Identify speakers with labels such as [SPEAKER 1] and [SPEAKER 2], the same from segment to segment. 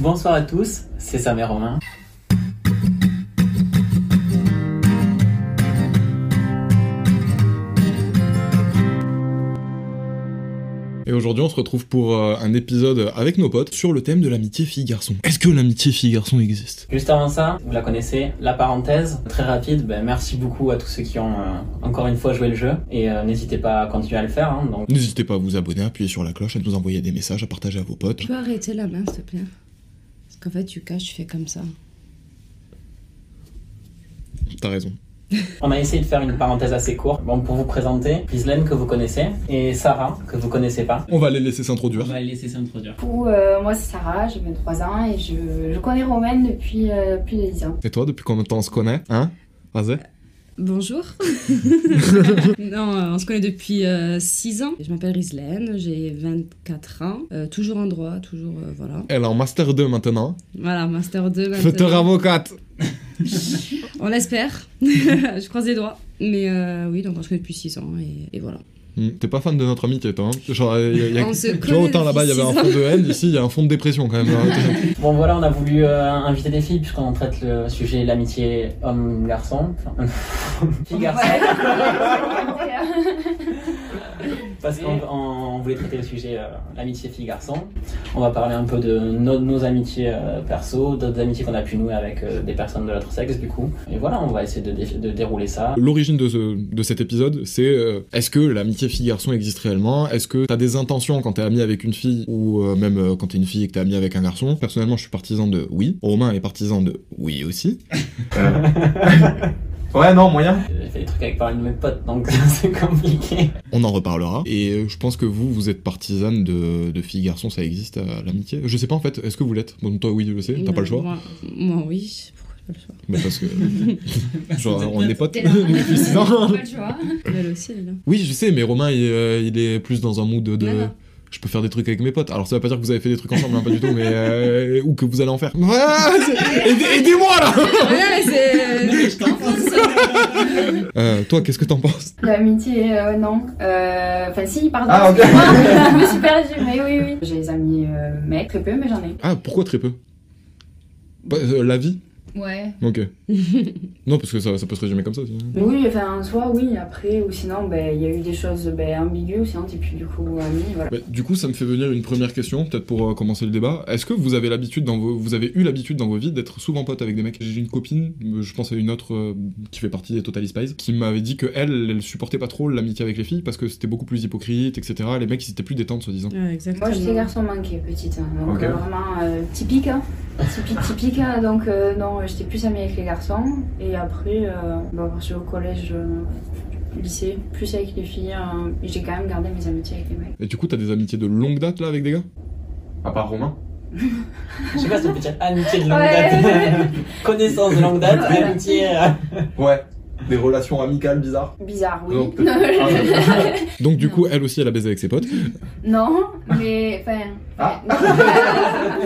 [SPEAKER 1] Bonsoir à tous, c'est Sam et Romain.
[SPEAKER 2] Et aujourd'hui, on se retrouve pour euh, un épisode avec nos potes sur le thème de l'amitié fille-garçon. Est-ce que l'amitié fille-garçon existe
[SPEAKER 1] Juste avant ça, vous la connaissez, la parenthèse, très rapide, ben, merci beaucoup à tous ceux qui ont euh, encore une fois joué le jeu, et euh, n'hésitez pas à continuer à le faire, hein, donc
[SPEAKER 2] N'hésitez pas à vous abonner, à appuyer sur la cloche, à nous envoyer des messages, à partager à vos potes.
[SPEAKER 3] Tu peux arrêter la main, s'il te plaît Parce qu'en fait, tu caches, tu fais comme ça.
[SPEAKER 2] T'as raison.
[SPEAKER 1] on a essayé de faire une parenthèse assez courte, bon, pour vous présenter, Ghislaine que vous connaissez, et Sarah que vous connaissez pas.
[SPEAKER 2] On va les laisser s'introduire.
[SPEAKER 1] va laisser s'introduire.
[SPEAKER 4] Du coup, euh, moi c'est Sarah, j'ai 23 ans et je, je connais Romaine depuis euh, plus de 10 ans.
[SPEAKER 2] Et toi, depuis combien de temps on se connaît Hein Vas-y.
[SPEAKER 3] Bonjour Non, euh, on se connaît depuis 6 ans. Je m'appelle Rislaine, j'ai 24 ans, euh, toujours en droit, toujours, euh, voilà.
[SPEAKER 2] Elle est en Master 2 maintenant.
[SPEAKER 3] Voilà, Master 2
[SPEAKER 2] Future
[SPEAKER 3] maintenant.
[SPEAKER 2] avocate
[SPEAKER 3] On l'espère, je croise les doigts. Mais euh, oui, donc on se connaît depuis 6 ans, et, et voilà.
[SPEAKER 2] Hmm, T'es pas fan de notre amitié, toi. hein Genre, il y a- il y a-
[SPEAKER 3] On se
[SPEAKER 2] tu vois,
[SPEAKER 3] connaît
[SPEAKER 2] autant là-bas, il y avait un
[SPEAKER 3] depuis
[SPEAKER 2] fond de haine, ici, il y a un fond de dépression quand même. hein.
[SPEAKER 1] Bon voilà, on a voulu euh, inviter des filles, puisqu'on traite le sujet l'amitié homme-garçon, enfin, fille-garçon, Parce qu'on on voulait traiter le sujet euh, l'amitié fille-garçon. On va parler un peu de nos, nos amitiés euh, perso, d'autres amitiés qu'on a pu nouer avec euh, des personnes de l'autre sexe du coup. Et voilà, on va essayer de, dé- de dérouler ça.
[SPEAKER 2] L'origine de, ce- de cet épisode, c'est euh, est-ce que l'amitié fille-garçon existe réellement Est-ce que t'as des intentions quand t'es ami avec une fille ou euh, même euh, quand t'es une fille et que t'es ami avec un garçon Personnellement, je suis partisan de oui. Romain est partisan de oui aussi. Euh. ouais, non, moyen.
[SPEAKER 1] J'ai fait des trucs avec pas mal de mes potes, donc c'est compliqué.
[SPEAKER 2] On en reparlera. Et euh, je pense que vous, vous êtes partisane de, de fille-garçon, ça existe euh, l'amitié. Je sais pas en fait, est-ce que vous l'êtes Bon, toi, oui, je le sais, t'as pas le choix.
[SPEAKER 3] Moi, moi, oui. Pourquoi j'ai pas le choix
[SPEAKER 2] Mais parce que. Genre, on est potes
[SPEAKER 4] T'es là.
[SPEAKER 2] depuis six ans.
[SPEAKER 4] Ouais, tu vois.
[SPEAKER 3] Elle aussi, elle est là.
[SPEAKER 2] Oui, je sais, mais Romain, il, euh, il est plus dans un mood de.
[SPEAKER 3] Non, non.
[SPEAKER 2] Je peux faire des trucs avec mes potes. Alors, ça veut pas dire que vous avez fait des trucs ensemble, hein, pas du tout, mais. euh, ou que vous allez en faire. Ah, c'est- aidez- Aidez-moi là
[SPEAKER 3] Ouais, c'est... Je
[SPEAKER 2] Euh, Toi, qu'est-ce que t'en penses
[SPEAKER 4] L'amitié, euh, non. Euh, Enfin, si, pardon. excuse-moi. je me suis perdue, mais oui, oui. J'ai des amis euh, mecs, très peu, mais j'en ai.
[SPEAKER 2] Ah, pourquoi très peu Bah, euh, La vie
[SPEAKER 4] Ouais.
[SPEAKER 2] Ok. non, parce que ça, ça peut se résumer comme ça aussi. hein.
[SPEAKER 4] Oui, enfin, soit oui, après, ou sinon, ben, il y a eu des choses ben, ambiguës, ou sinon, t'es plus du coup ami, voilà.
[SPEAKER 2] Bah, du coup, ça me fait venir une première question, peut-être pour euh, commencer le débat. Est-ce que vous avez l'habitude, dans vos... vous avez eu l'habitude dans vos vies d'être souvent pote avec des mecs J'ai une copine, euh, je pense à une autre euh, qui fait partie des Total Spies, qui m'avait dit que elle, elle supportait pas trop l'amitié avec les filles parce que c'était beaucoup plus hypocrite, etc. Les mecs, ils étaient plus détentes, soi-disant.
[SPEAKER 3] Ouais, exactement.
[SPEAKER 4] Moi, j'étais garçon manqué, petite, hein, donc
[SPEAKER 2] Ok.
[SPEAKER 4] euh, vraiment euh, typique, hein. typique, typique, hein, donc euh, non, j'étais plus amie avec les garçons, et après, euh, bah, je suis au collège, euh, lycée, plus avec les filles, hein, et j'ai quand même gardé mes amitiés avec les mecs.
[SPEAKER 2] Et du coup, t'as des amitiés de longue date là avec des gars À part Romain
[SPEAKER 1] Je sais pas si on peut dire amitié de longue
[SPEAKER 4] Ouais.
[SPEAKER 1] date, connaissance de longue date,
[SPEAKER 4] Voilà.
[SPEAKER 1] amitié. euh,
[SPEAKER 2] Ouais. Des relations amicales bizarres
[SPEAKER 4] Bizarre, oui.
[SPEAKER 2] Non, peut-être. Ah, Donc, du coup, elle aussi, elle a baisé avec ses potes.
[SPEAKER 4] Non, mais enfin.
[SPEAKER 2] Ah.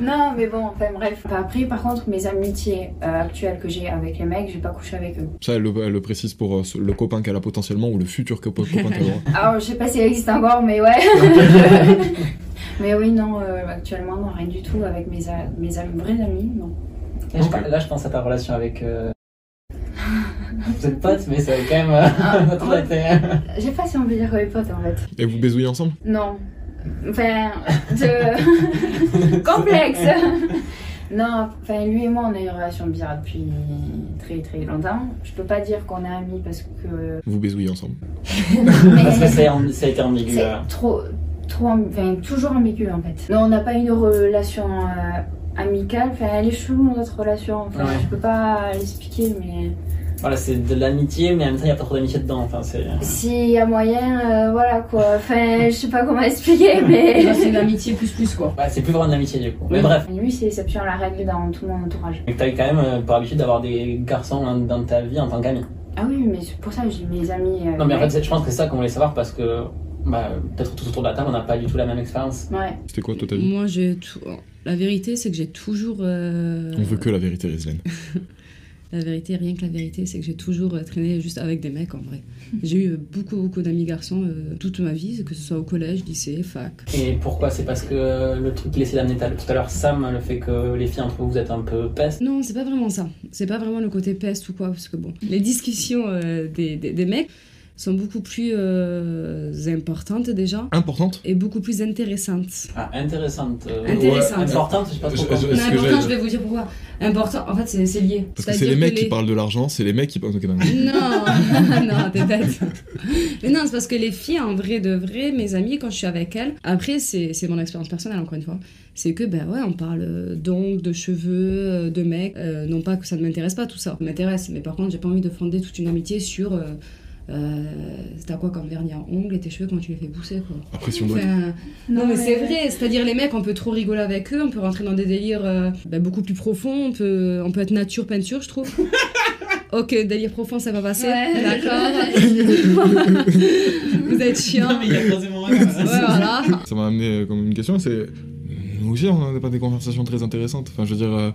[SPEAKER 4] non, mais bon, enfin bref. Après, par contre, mes amitiés euh, actuelles que j'ai avec les mecs, j'ai pas couché avec eux.
[SPEAKER 2] Ça, elle, le- elle le précise pour euh, ce- le copain qu'elle a potentiellement ou le futur copain copain qu'elle aura.
[SPEAKER 4] Alors, je sais pas si elle existe encore, mais ouais. mais oui, non, euh, actuellement, non, rien du tout avec mes, a- mes am- vrais amis, non.
[SPEAKER 1] Là, je, par- là, je pense à ta relation avec. euh, Vous êtes potes, mais c'est quand même
[SPEAKER 4] Ah,
[SPEAKER 1] euh, notre
[SPEAKER 4] ouais.
[SPEAKER 1] intérêt.
[SPEAKER 4] Je sais pas si on peut dire les potes en fait.
[SPEAKER 2] Et vous baisouillez ensemble
[SPEAKER 4] Non. Enfin, de... complexe. non, enfin, lui et moi, on a une relation bizarre depuis très très longtemps. Je peux pas dire qu'on est amis parce que.
[SPEAKER 2] Vous baisouillez ensemble.
[SPEAKER 1] Parce que
[SPEAKER 4] Mais
[SPEAKER 1] c'est amb- ça a été ambigu.
[SPEAKER 4] c'est
[SPEAKER 1] euh.
[SPEAKER 4] trop, trop, amb- enfin, toujours ambigu en fait. Non, on n'a pas une relation euh, amicale. Enfin, elle est chelou notre relation. Enfin,
[SPEAKER 1] Ouais.
[SPEAKER 4] je peux pas l'expliquer, mais
[SPEAKER 1] Voilà, c'est de l'amitié, mais en même temps, il n'y a pas trop d'amitié dedans. Enfin, c'est...
[SPEAKER 5] S'il y a moyen, euh, voilà quoi. Enfin, je sais pas comment expliquer, mais.
[SPEAKER 6] Là, c'est une amitié plus plus quoi.
[SPEAKER 1] Ouais, c'est plus vraiment de l'amitié du coup. Mais bref,
[SPEAKER 5] Lui, c'est l'exception à la règle dans tout mon entourage.
[SPEAKER 1] tu as quand même euh, pour habitude d'avoir des garçons dans- dans ta vie en tant qu'ami.
[SPEAKER 5] Ah oui, mais c'est pour ça que j'ai mes amis. euh,
[SPEAKER 1] Non, mais en fait, c'est- je pense que c'est ça qu'on voulait savoir parce que bah, peut-être tout autour de la table, on n'a pas du tout la même expérience.
[SPEAKER 5] Ouais.
[SPEAKER 2] C'était quoi toi ta vie
[SPEAKER 3] Moi, j'ai tout. La vérité, c'est que j'ai toujours. euh,
[SPEAKER 2] On veut que la vérité, Rislaine.
[SPEAKER 3] La vérité, rien que la vérité, c'est que j'ai toujours euh, traîné juste avec des mecs en vrai. J'ai eu euh, beaucoup, beaucoup d'amis garçons euh, toute ma vie, que ce soit au collège, lycée, fac.
[SPEAKER 1] Et pourquoi C'est parce que le truc laissé d'amener ta- tout à l'heure, Sam, le fait que les filles entre vous, vous êtes un peu peste.
[SPEAKER 3] Non, c'est pas vraiment ça. C'est pas vraiment le côté peste ou quoi, parce que bon, les discussions euh, des, des- des mecs sont beaucoup plus euh, importantes déjà
[SPEAKER 2] Importante
[SPEAKER 3] et beaucoup plus intéressantes.
[SPEAKER 1] Ah, intéressante. euh,
[SPEAKER 3] Intéressante.
[SPEAKER 1] ouais, importante, je sais pas trop.
[SPEAKER 2] Je-
[SPEAKER 1] quoi.
[SPEAKER 2] je-
[SPEAKER 6] Mais
[SPEAKER 2] Est-ce que
[SPEAKER 6] important,
[SPEAKER 2] j'ai-
[SPEAKER 6] je vais vous dire pourquoi. Important, en fait, c'est c'est lié.
[SPEAKER 2] Parce que c'est
[SPEAKER 3] C'est-à-dire
[SPEAKER 2] les mecs
[SPEAKER 3] que
[SPEAKER 2] qui
[SPEAKER 3] les-
[SPEAKER 2] parlent de l'argent, c'est les mecs qui parlent. Ok, non.
[SPEAKER 3] Non, non, t'es bête. Mais non, c'est parce que les filles, en vrai de vrai, mes amies, quand je suis avec elles, après, c'est c'est mon expérience personnelle, encore une fois, c'est que, ben ouais, on parle euh, d'ongles, de cheveux, euh, de mecs. Euh, non pas que ça ne m'intéresse pas, tout ça. Ça m'intéresse, mais par contre, j'ai pas envie de fonder toute une amitié sur. Euh, euh, T'as quoi comme vernis à ongles et tes cheveux quand tu les fais pousser quoi.
[SPEAKER 2] Après, si on doit.
[SPEAKER 3] Enfin, non, mais, c'est vrai, c'est-à-dire les mecs, on peut trop rigoler avec eux, on peut rentrer dans des délires euh, bah, beaucoup plus profonds, on peut, on peut être nature peinture, je trouve. ok, délire profond, ça va passer.
[SPEAKER 6] Ouais.
[SPEAKER 3] D'accord. Vous êtes chiant.
[SPEAKER 1] Non, mais il a croisé mon regard.
[SPEAKER 3] Ouais, voilà.
[SPEAKER 2] Ça m'a amené euh, comme une question, c'est. Nous aussi, on n'a pas des conversations très intéressantes. Enfin, je veux dire, euh,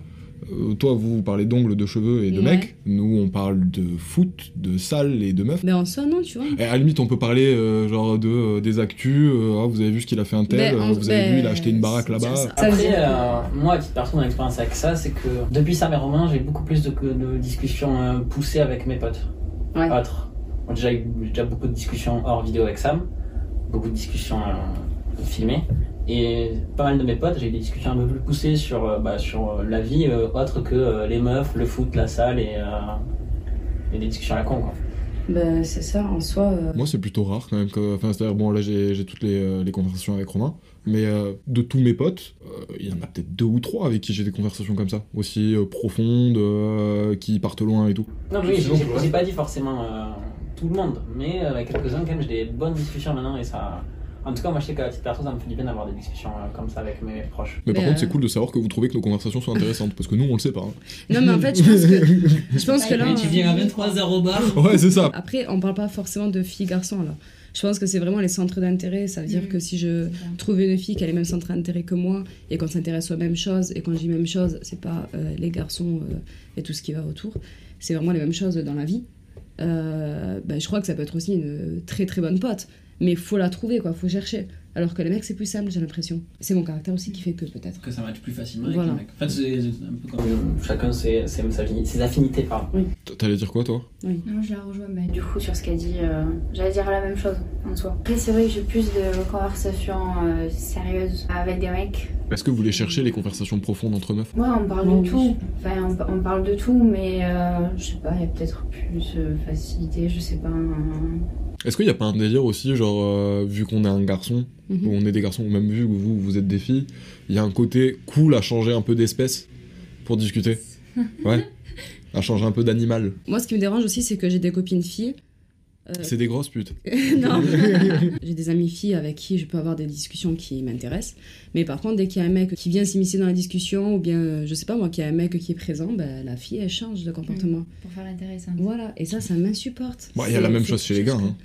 [SPEAKER 2] euh, toi, vous, vous parlez d'ongles, de cheveux et de
[SPEAKER 3] Ouais.
[SPEAKER 2] mecs. Nous, on parle de foot, de salle et de meufs.
[SPEAKER 3] Mais en soi, non, tu vois.
[SPEAKER 2] Et à la limite, on peut parler euh, genre de, euh, des actus. euh, Ah, vous avez vu ce qu'il a fait un tel,
[SPEAKER 3] Ben,
[SPEAKER 2] euh,
[SPEAKER 3] en-
[SPEAKER 2] vous avez vu, il a
[SPEAKER 3] ben,
[SPEAKER 2] acheté une baraque
[SPEAKER 3] c'est-
[SPEAKER 2] là-bas.
[SPEAKER 3] ça- ça- veut
[SPEAKER 1] Après,
[SPEAKER 3] dire-
[SPEAKER 1] euh, moi, à titre perso, mon expérience avec ça, c'est que depuis Sam et Romain, j'ai beaucoup plus de, de discussions euh, poussées avec mes potes.
[SPEAKER 6] Ouais.
[SPEAKER 1] Autres. Bon, déjà, j'ai déjà beaucoup de discussions hors vidéo avec Sam, beaucoup de discussions euh, filmées. Et pas mal de mes potes, j'ai eu des discussions un peu plus poussées sur, euh, bah, sur euh, la vie euh, autre que euh, les meufs, le foot, la salle et, euh, et des discussions à la con. Quoi.
[SPEAKER 3] Bah,
[SPEAKER 6] Ben, c'est ça, en soi. euh,
[SPEAKER 2] Moi, c'est plutôt rare quand même. que- Enfin, c'est-à-dire, bon, là, j'ai j'ai toutes les, euh, les conversations avec Romain. Mais euh, de tous mes potes, euh, il y en a peut-être deux ou trois avec qui j'ai des conversations comme ça. Aussi euh, profondes, euh, qui partent loin et tout.
[SPEAKER 1] Non, mais oui,
[SPEAKER 2] Sinon,
[SPEAKER 1] j'ai- j'ai
[SPEAKER 2] tu vois.
[SPEAKER 1] j'ai pas dit forcément euh, tout le monde, mais euh, avec quelques-uns, quand même, j'ai des bonnes discussions maintenant et ça. En tout cas, moi, je sais qu'à titre perso, ça me fait du bien d'avoir des discussions euh, comme ça avec mes proches.
[SPEAKER 2] Mais par
[SPEAKER 3] Mais,
[SPEAKER 2] contre,
[SPEAKER 3] euh,
[SPEAKER 2] c'est cool de savoir que vous trouvez que nos conversations sont intéressantes. parce que nous, on le sait pas. hein.
[SPEAKER 3] Non, mais en fait, je pense que, je pense que là. euh,
[SPEAKER 1] à 23h au bar.
[SPEAKER 2] Ouais, c'est ça.
[SPEAKER 3] Après, on parle pas forcément de filles-garçons là. Je pense que c'est vraiment les centres d'intérêt. Ça veut dire
[SPEAKER 7] Mm.
[SPEAKER 6] Mhm.
[SPEAKER 3] que si je trouve une fille qui a les mêmes centres d'intérêt que moi et qu'on s'intéresse aux mêmes choses, et quand je dis mêmes choses, c'est pas euh, les garçons euh, et tout ce qui va autour, c'est vraiment les mêmes choses dans la vie. Euh, ben, je crois que ça peut être aussi une très très bonne pote, mais faut la trouver quoi, faut chercher. Alors que les mecs, c'est plus simple, j'ai l'impression. C'est mon caractère aussi qui fait que peut-être.
[SPEAKER 7] que ça matche plus facilement
[SPEAKER 3] Voilà.
[SPEAKER 7] avec les mecs. En fait, c'est c'est un peu comme.
[SPEAKER 1] Chacun ses, ses, affini- ses affinités, pardon.
[SPEAKER 2] T- T'allais dire quoi, toi
[SPEAKER 6] Non, je la rejoins, mais.
[SPEAKER 5] Du coup, sur ce qu'a dit, euh, j'allais dire la même chose en soi. Après, c'est vrai que j'ai plus de conversations euh, sérieuses avec des mecs.
[SPEAKER 2] Est-ce que vous voulez chercher les conversations profondes entre meufs
[SPEAKER 5] Ouais, on parle
[SPEAKER 6] Oui.
[SPEAKER 5] de tout. Enfin, on, on parle de tout, mais euh, je sais pas, il y a peut-être plus de facilité, je sais pas. euh,
[SPEAKER 2] Est-ce qu'il n'y a pas un délire aussi, genre, euh, vu qu'on est un garçon,
[SPEAKER 3] Mhm.
[SPEAKER 2] ou on est des garçons, ou même vu que vous, vous êtes des filles, il y a un côté cool à changer un peu d'espèce pour discuter Ouais À changer un peu d'animal.
[SPEAKER 3] Moi, ce qui me dérange aussi, c'est que j'ai des copines filles. euh,
[SPEAKER 2] C'est des grosses putes.
[SPEAKER 3] non. J'ai des amis filles avec qui je peux avoir des discussions qui m'intéressent. Mais par contre, dès qu'il y a un mec qui vient s'immiscer dans la discussion, ou bien, euh, je sais pas moi, qu'il y a un mec qui est présent, ben, la fille, elle change de comportement.
[SPEAKER 7] Mm.
[SPEAKER 6] Pour faire intéressant.
[SPEAKER 3] Voilà, et ça, ça m'insupporte.
[SPEAKER 2] Bon, Bah, il y a
[SPEAKER 3] C'est-
[SPEAKER 2] la même
[SPEAKER 3] c'est
[SPEAKER 2] chose chez les
[SPEAKER 3] quelque
[SPEAKER 2] gars.
[SPEAKER 3] que-
[SPEAKER 2] hein.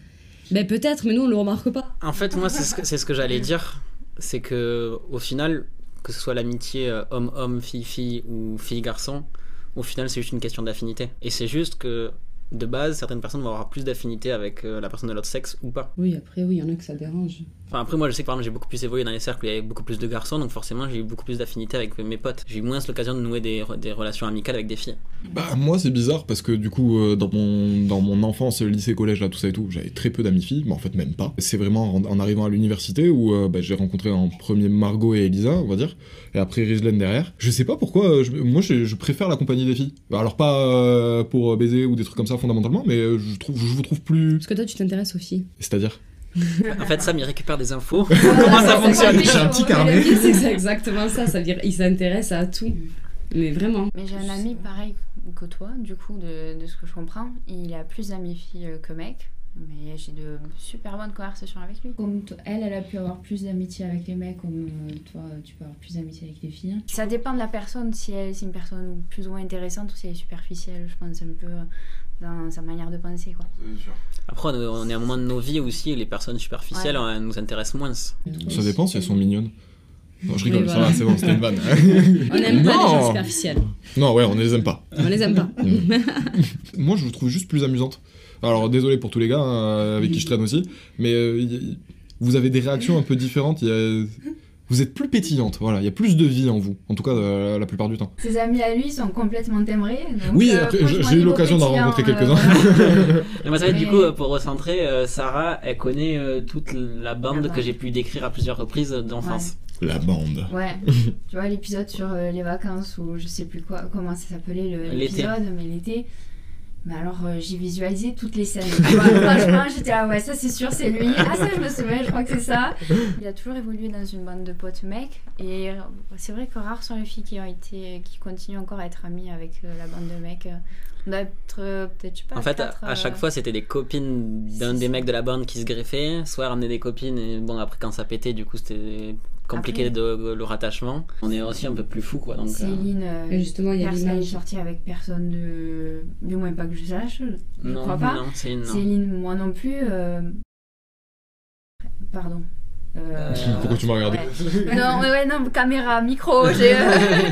[SPEAKER 3] Ben peut-être, mais nous, on le remarque pas.
[SPEAKER 1] En fait, moi, c'est ce que, c'est ce que j'allais dire. C'est que, au final, que ce soit l'amitié euh, homme-homme, fille-fille ou fille-garçon, au final, c'est juste une question d'affinité. Et c'est juste que, de base, certaines personnes vont avoir plus d'affinité avec euh, la personne de l'autre sexe ou pas.
[SPEAKER 3] Oui, après, oui, il y en a que ça dérange.
[SPEAKER 1] Enfin, après, moi, je sais que par exemple, j'ai beaucoup plus évolué dans les cercles, où il y avait beaucoup plus de garçons, donc forcément, j'ai eu beaucoup plus d'affinité avec mes potes. J'ai eu moins l'occasion de nouer des, des relations amicales avec des filles.
[SPEAKER 2] Bah, moi, c'est bizarre parce que du coup, euh, dans, mon, dans mon enfance, lycée, collège, là, tout ça et tout, j'avais très peu d'amis filles, mais en fait, même pas. C'est vraiment en, en arrivant à l'université où euh, bah, j'ai rencontré en premier Margot et Elisa, on va dire, et après Rislaine derrière. Je sais pas pourquoi, euh, je- moi, je, je préfère la compagnie des filles. Bah, Alors, pas euh, pour euh, baiser ou des trucs comme ça, fondamentalement, mais euh, je, trouve, je vous trouve plus.
[SPEAKER 3] Parce que toi, tu t'intéresses aux filles.
[SPEAKER 2] C'est-à-dire
[SPEAKER 1] En fait, Sam, il récupère des infos. Comment ça fonctionne
[SPEAKER 2] J'ai un petit carnet.
[SPEAKER 3] Mais
[SPEAKER 7] Mm.
[SPEAKER 3] le pire, c'est que c'est exactement ça. Ça veut dire, il s'intéresse à tout. Mais vraiment.
[SPEAKER 4] Mais j'ai un
[SPEAKER 3] Je
[SPEAKER 4] ami
[SPEAKER 3] sais pas.
[SPEAKER 4] pareil que toi, du coup, de, de ce que je comprends. Il a plus d'amis filles euh, que mecs, mais j'ai de super bonnes conversations avec lui.
[SPEAKER 6] Comme to- elle, elle a pu avoir plus d'amitié avec les mecs, comme euh, toi, tu peux avoir plus d'amitié avec les filles. hein.
[SPEAKER 4] Ça dépend de la personne, si elle est une personne plus ou moins intéressante ou si elle est superficielle, je pense un peu euh, dans sa manière de penser. quoi.
[SPEAKER 1] Après, on on est à un moment de nos vies aussi, les personnes superficielles euh, nous intéressent moins.
[SPEAKER 2] Ça dépend si elles sont mignonnes. Non, je
[SPEAKER 3] Oui,
[SPEAKER 2] rigole, ça
[SPEAKER 3] voilà.
[SPEAKER 2] va, c'est bon, c'était une vanne.
[SPEAKER 3] On n'aime pas les
[SPEAKER 2] Non.
[SPEAKER 3] gens superficiels.
[SPEAKER 2] non, ouais, on ne les aime pas.
[SPEAKER 3] On les aime pas.
[SPEAKER 2] Moi, je vous trouve juste plus amusante. Alors, désolé pour tous les gars hein, avec qui je traîne aussi, mais euh, y- y- vous avez des réactions un peu différentes. il y a- Vous êtes plus pétillante, voilà. Il y a plus de vie en vous, en tout cas euh, la plupart du temps.
[SPEAKER 5] Ses amis à lui sont complètement timbrés. donc,
[SPEAKER 2] Oui,
[SPEAKER 5] euh,
[SPEAKER 2] après,
[SPEAKER 5] franchement,
[SPEAKER 2] j'ai eu
[SPEAKER 5] niveau
[SPEAKER 2] l'occasion d'en
[SPEAKER 5] pétillant,
[SPEAKER 2] rencontrer
[SPEAKER 5] euh,
[SPEAKER 2] quelques-uns.
[SPEAKER 1] Mais moi, ça va être, du
[SPEAKER 5] Mais-
[SPEAKER 1] coup, euh, pour recentrer, euh, Sarah, elle connaît euh, toute la bande
[SPEAKER 5] La bande.
[SPEAKER 1] que j'ai pu décrire à plusieurs reprises d'enfance.
[SPEAKER 2] la bande.
[SPEAKER 5] euh, Ouais, tu vois l'épisode sur euh, les vacances ou je sais plus quoi, comment ça s'appelait le-
[SPEAKER 1] L'été.
[SPEAKER 5] l'épisode, mais l'été. Mais alors euh, j'ai visualisé toutes les scènes. Tu vois, franchement, j'étais là, ouais, ça c'est sûr, c'est lui. Ah ça, je me souviens, je crois que c'est ça.
[SPEAKER 4] Il a toujours évolué dans une bande de potes mecs, et euh, c'est vrai que rares sont les filles qui ont été, qui continuent encore à être amies avec euh, la bande de mecs. On doit être euh, peut-être, je sais pas.
[SPEAKER 1] En fait, à-
[SPEAKER 4] quatre,
[SPEAKER 1] à
[SPEAKER 4] euh,
[SPEAKER 1] chaque fois, c'était des copines d'un
[SPEAKER 4] c'est
[SPEAKER 1] des
[SPEAKER 4] ça.
[SPEAKER 1] mecs de la bande qui se greffaient, soit ramener des copines, et bon, après, quand ça pétait, du coup, c'était compliqué
[SPEAKER 4] Après-
[SPEAKER 1] de, le rattachement. On est aussi un peu plus fou, quoi. Donc, euh,
[SPEAKER 5] Céline, euh,
[SPEAKER 3] Et justement, il y a
[SPEAKER 5] personne n'est
[SPEAKER 3] l'image.
[SPEAKER 5] sortie avec personne de, du moins pas que je sache. Je
[SPEAKER 1] non,
[SPEAKER 5] crois pas.
[SPEAKER 1] non, c'est une. non.
[SPEAKER 5] Céline, moi non plus. euh, Pardon. Euh,
[SPEAKER 2] Pourquoi tu m'as regardé
[SPEAKER 5] non, ouais, ouais, non, caméra, micro, j'ai. euh,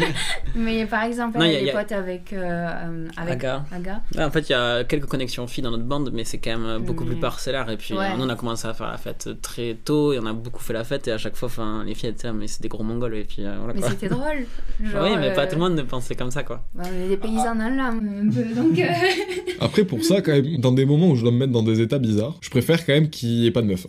[SPEAKER 5] mais par exemple,
[SPEAKER 1] Non,
[SPEAKER 5] elle
[SPEAKER 1] y a-
[SPEAKER 5] a
[SPEAKER 1] y
[SPEAKER 5] des
[SPEAKER 1] a-
[SPEAKER 5] potes avec, euh, euh, avec
[SPEAKER 1] Aga.
[SPEAKER 5] Aga.
[SPEAKER 1] Ah, en fait, il y a quelques connexions filles dans notre bande, mais c'est quand même euh, beaucoup
[SPEAKER 5] Mais-
[SPEAKER 1] plus parcellaire. Et puis,
[SPEAKER 5] Ouais.
[SPEAKER 1] euh, nous, on a commencé à faire la fête très tôt, et on a beaucoup fait la fête, et à chaque fois, enfin, les filles étaient là, mais c'est des gros mongols, et puis euh, voilà
[SPEAKER 5] Mais
[SPEAKER 1] quoi.
[SPEAKER 5] c'était drôle. Genre,
[SPEAKER 1] oui, mais pas
[SPEAKER 5] euh,
[SPEAKER 1] tout le monde ne pensait comme ça, quoi.
[SPEAKER 5] bah, on est des paysans dans l'âme, un peu. Donc, euh,
[SPEAKER 2] Après, pour ça, quand même, dans des moments où je dois me mettre dans des états bizarres, je préfère quand même qu'il n'y ait pas de meuf.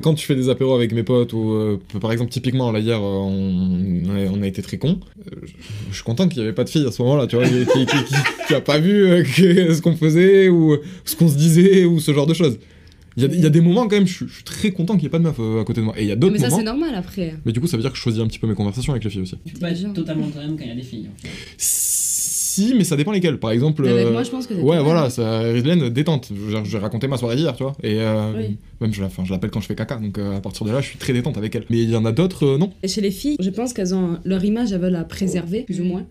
[SPEAKER 2] quand tu fais des apéros avec mes potes, ou euh, par exemple, typiquement, là, hier, euh, on, on a- on a été très cons, euh, je, je suis content qu'il n'y avait pas de filles à ce moment-là, tu vois, qui, qui, qui- qui- qui a pas vu euh, que- ce qu'on faisait, ou euh, ce qu'on se disait, ou ce genre de choses. Il y a, il y a des moments, quand même, je, suis- je suis très content qu'il n'y ait pas de meuf euh, à côté de moi. Et il y a d'autres
[SPEAKER 3] Mais ça,
[SPEAKER 2] moments.
[SPEAKER 3] c'est normal après.
[SPEAKER 2] Mais du coup, ça veut dire que je choisis un petit peu mes conversations avec les filles aussi.
[SPEAKER 7] Tu peux pas
[SPEAKER 3] Déjà.
[SPEAKER 7] être totalement toi-même quand il y a des filles. en fait.
[SPEAKER 2] Si, mais ça dépend lesquelles. Par exemple.
[SPEAKER 3] Avec
[SPEAKER 2] euh,
[SPEAKER 3] moi, je pense que.
[SPEAKER 2] Ouais, voilà, ça, Ridlane, détente. Je- J'ai raconté ma soirée hier, tu vois. Et euh,
[SPEAKER 3] Oui.
[SPEAKER 2] même, je, la- enfin, je l'appelle quand je fais caca, donc euh, à partir de là, je suis très détente avec elle. Mais il y en a d'autres, euh, non.
[SPEAKER 3] Et chez les filles, je pense qu'elles ont leur image, elles veulent la préserver, plus ou moins.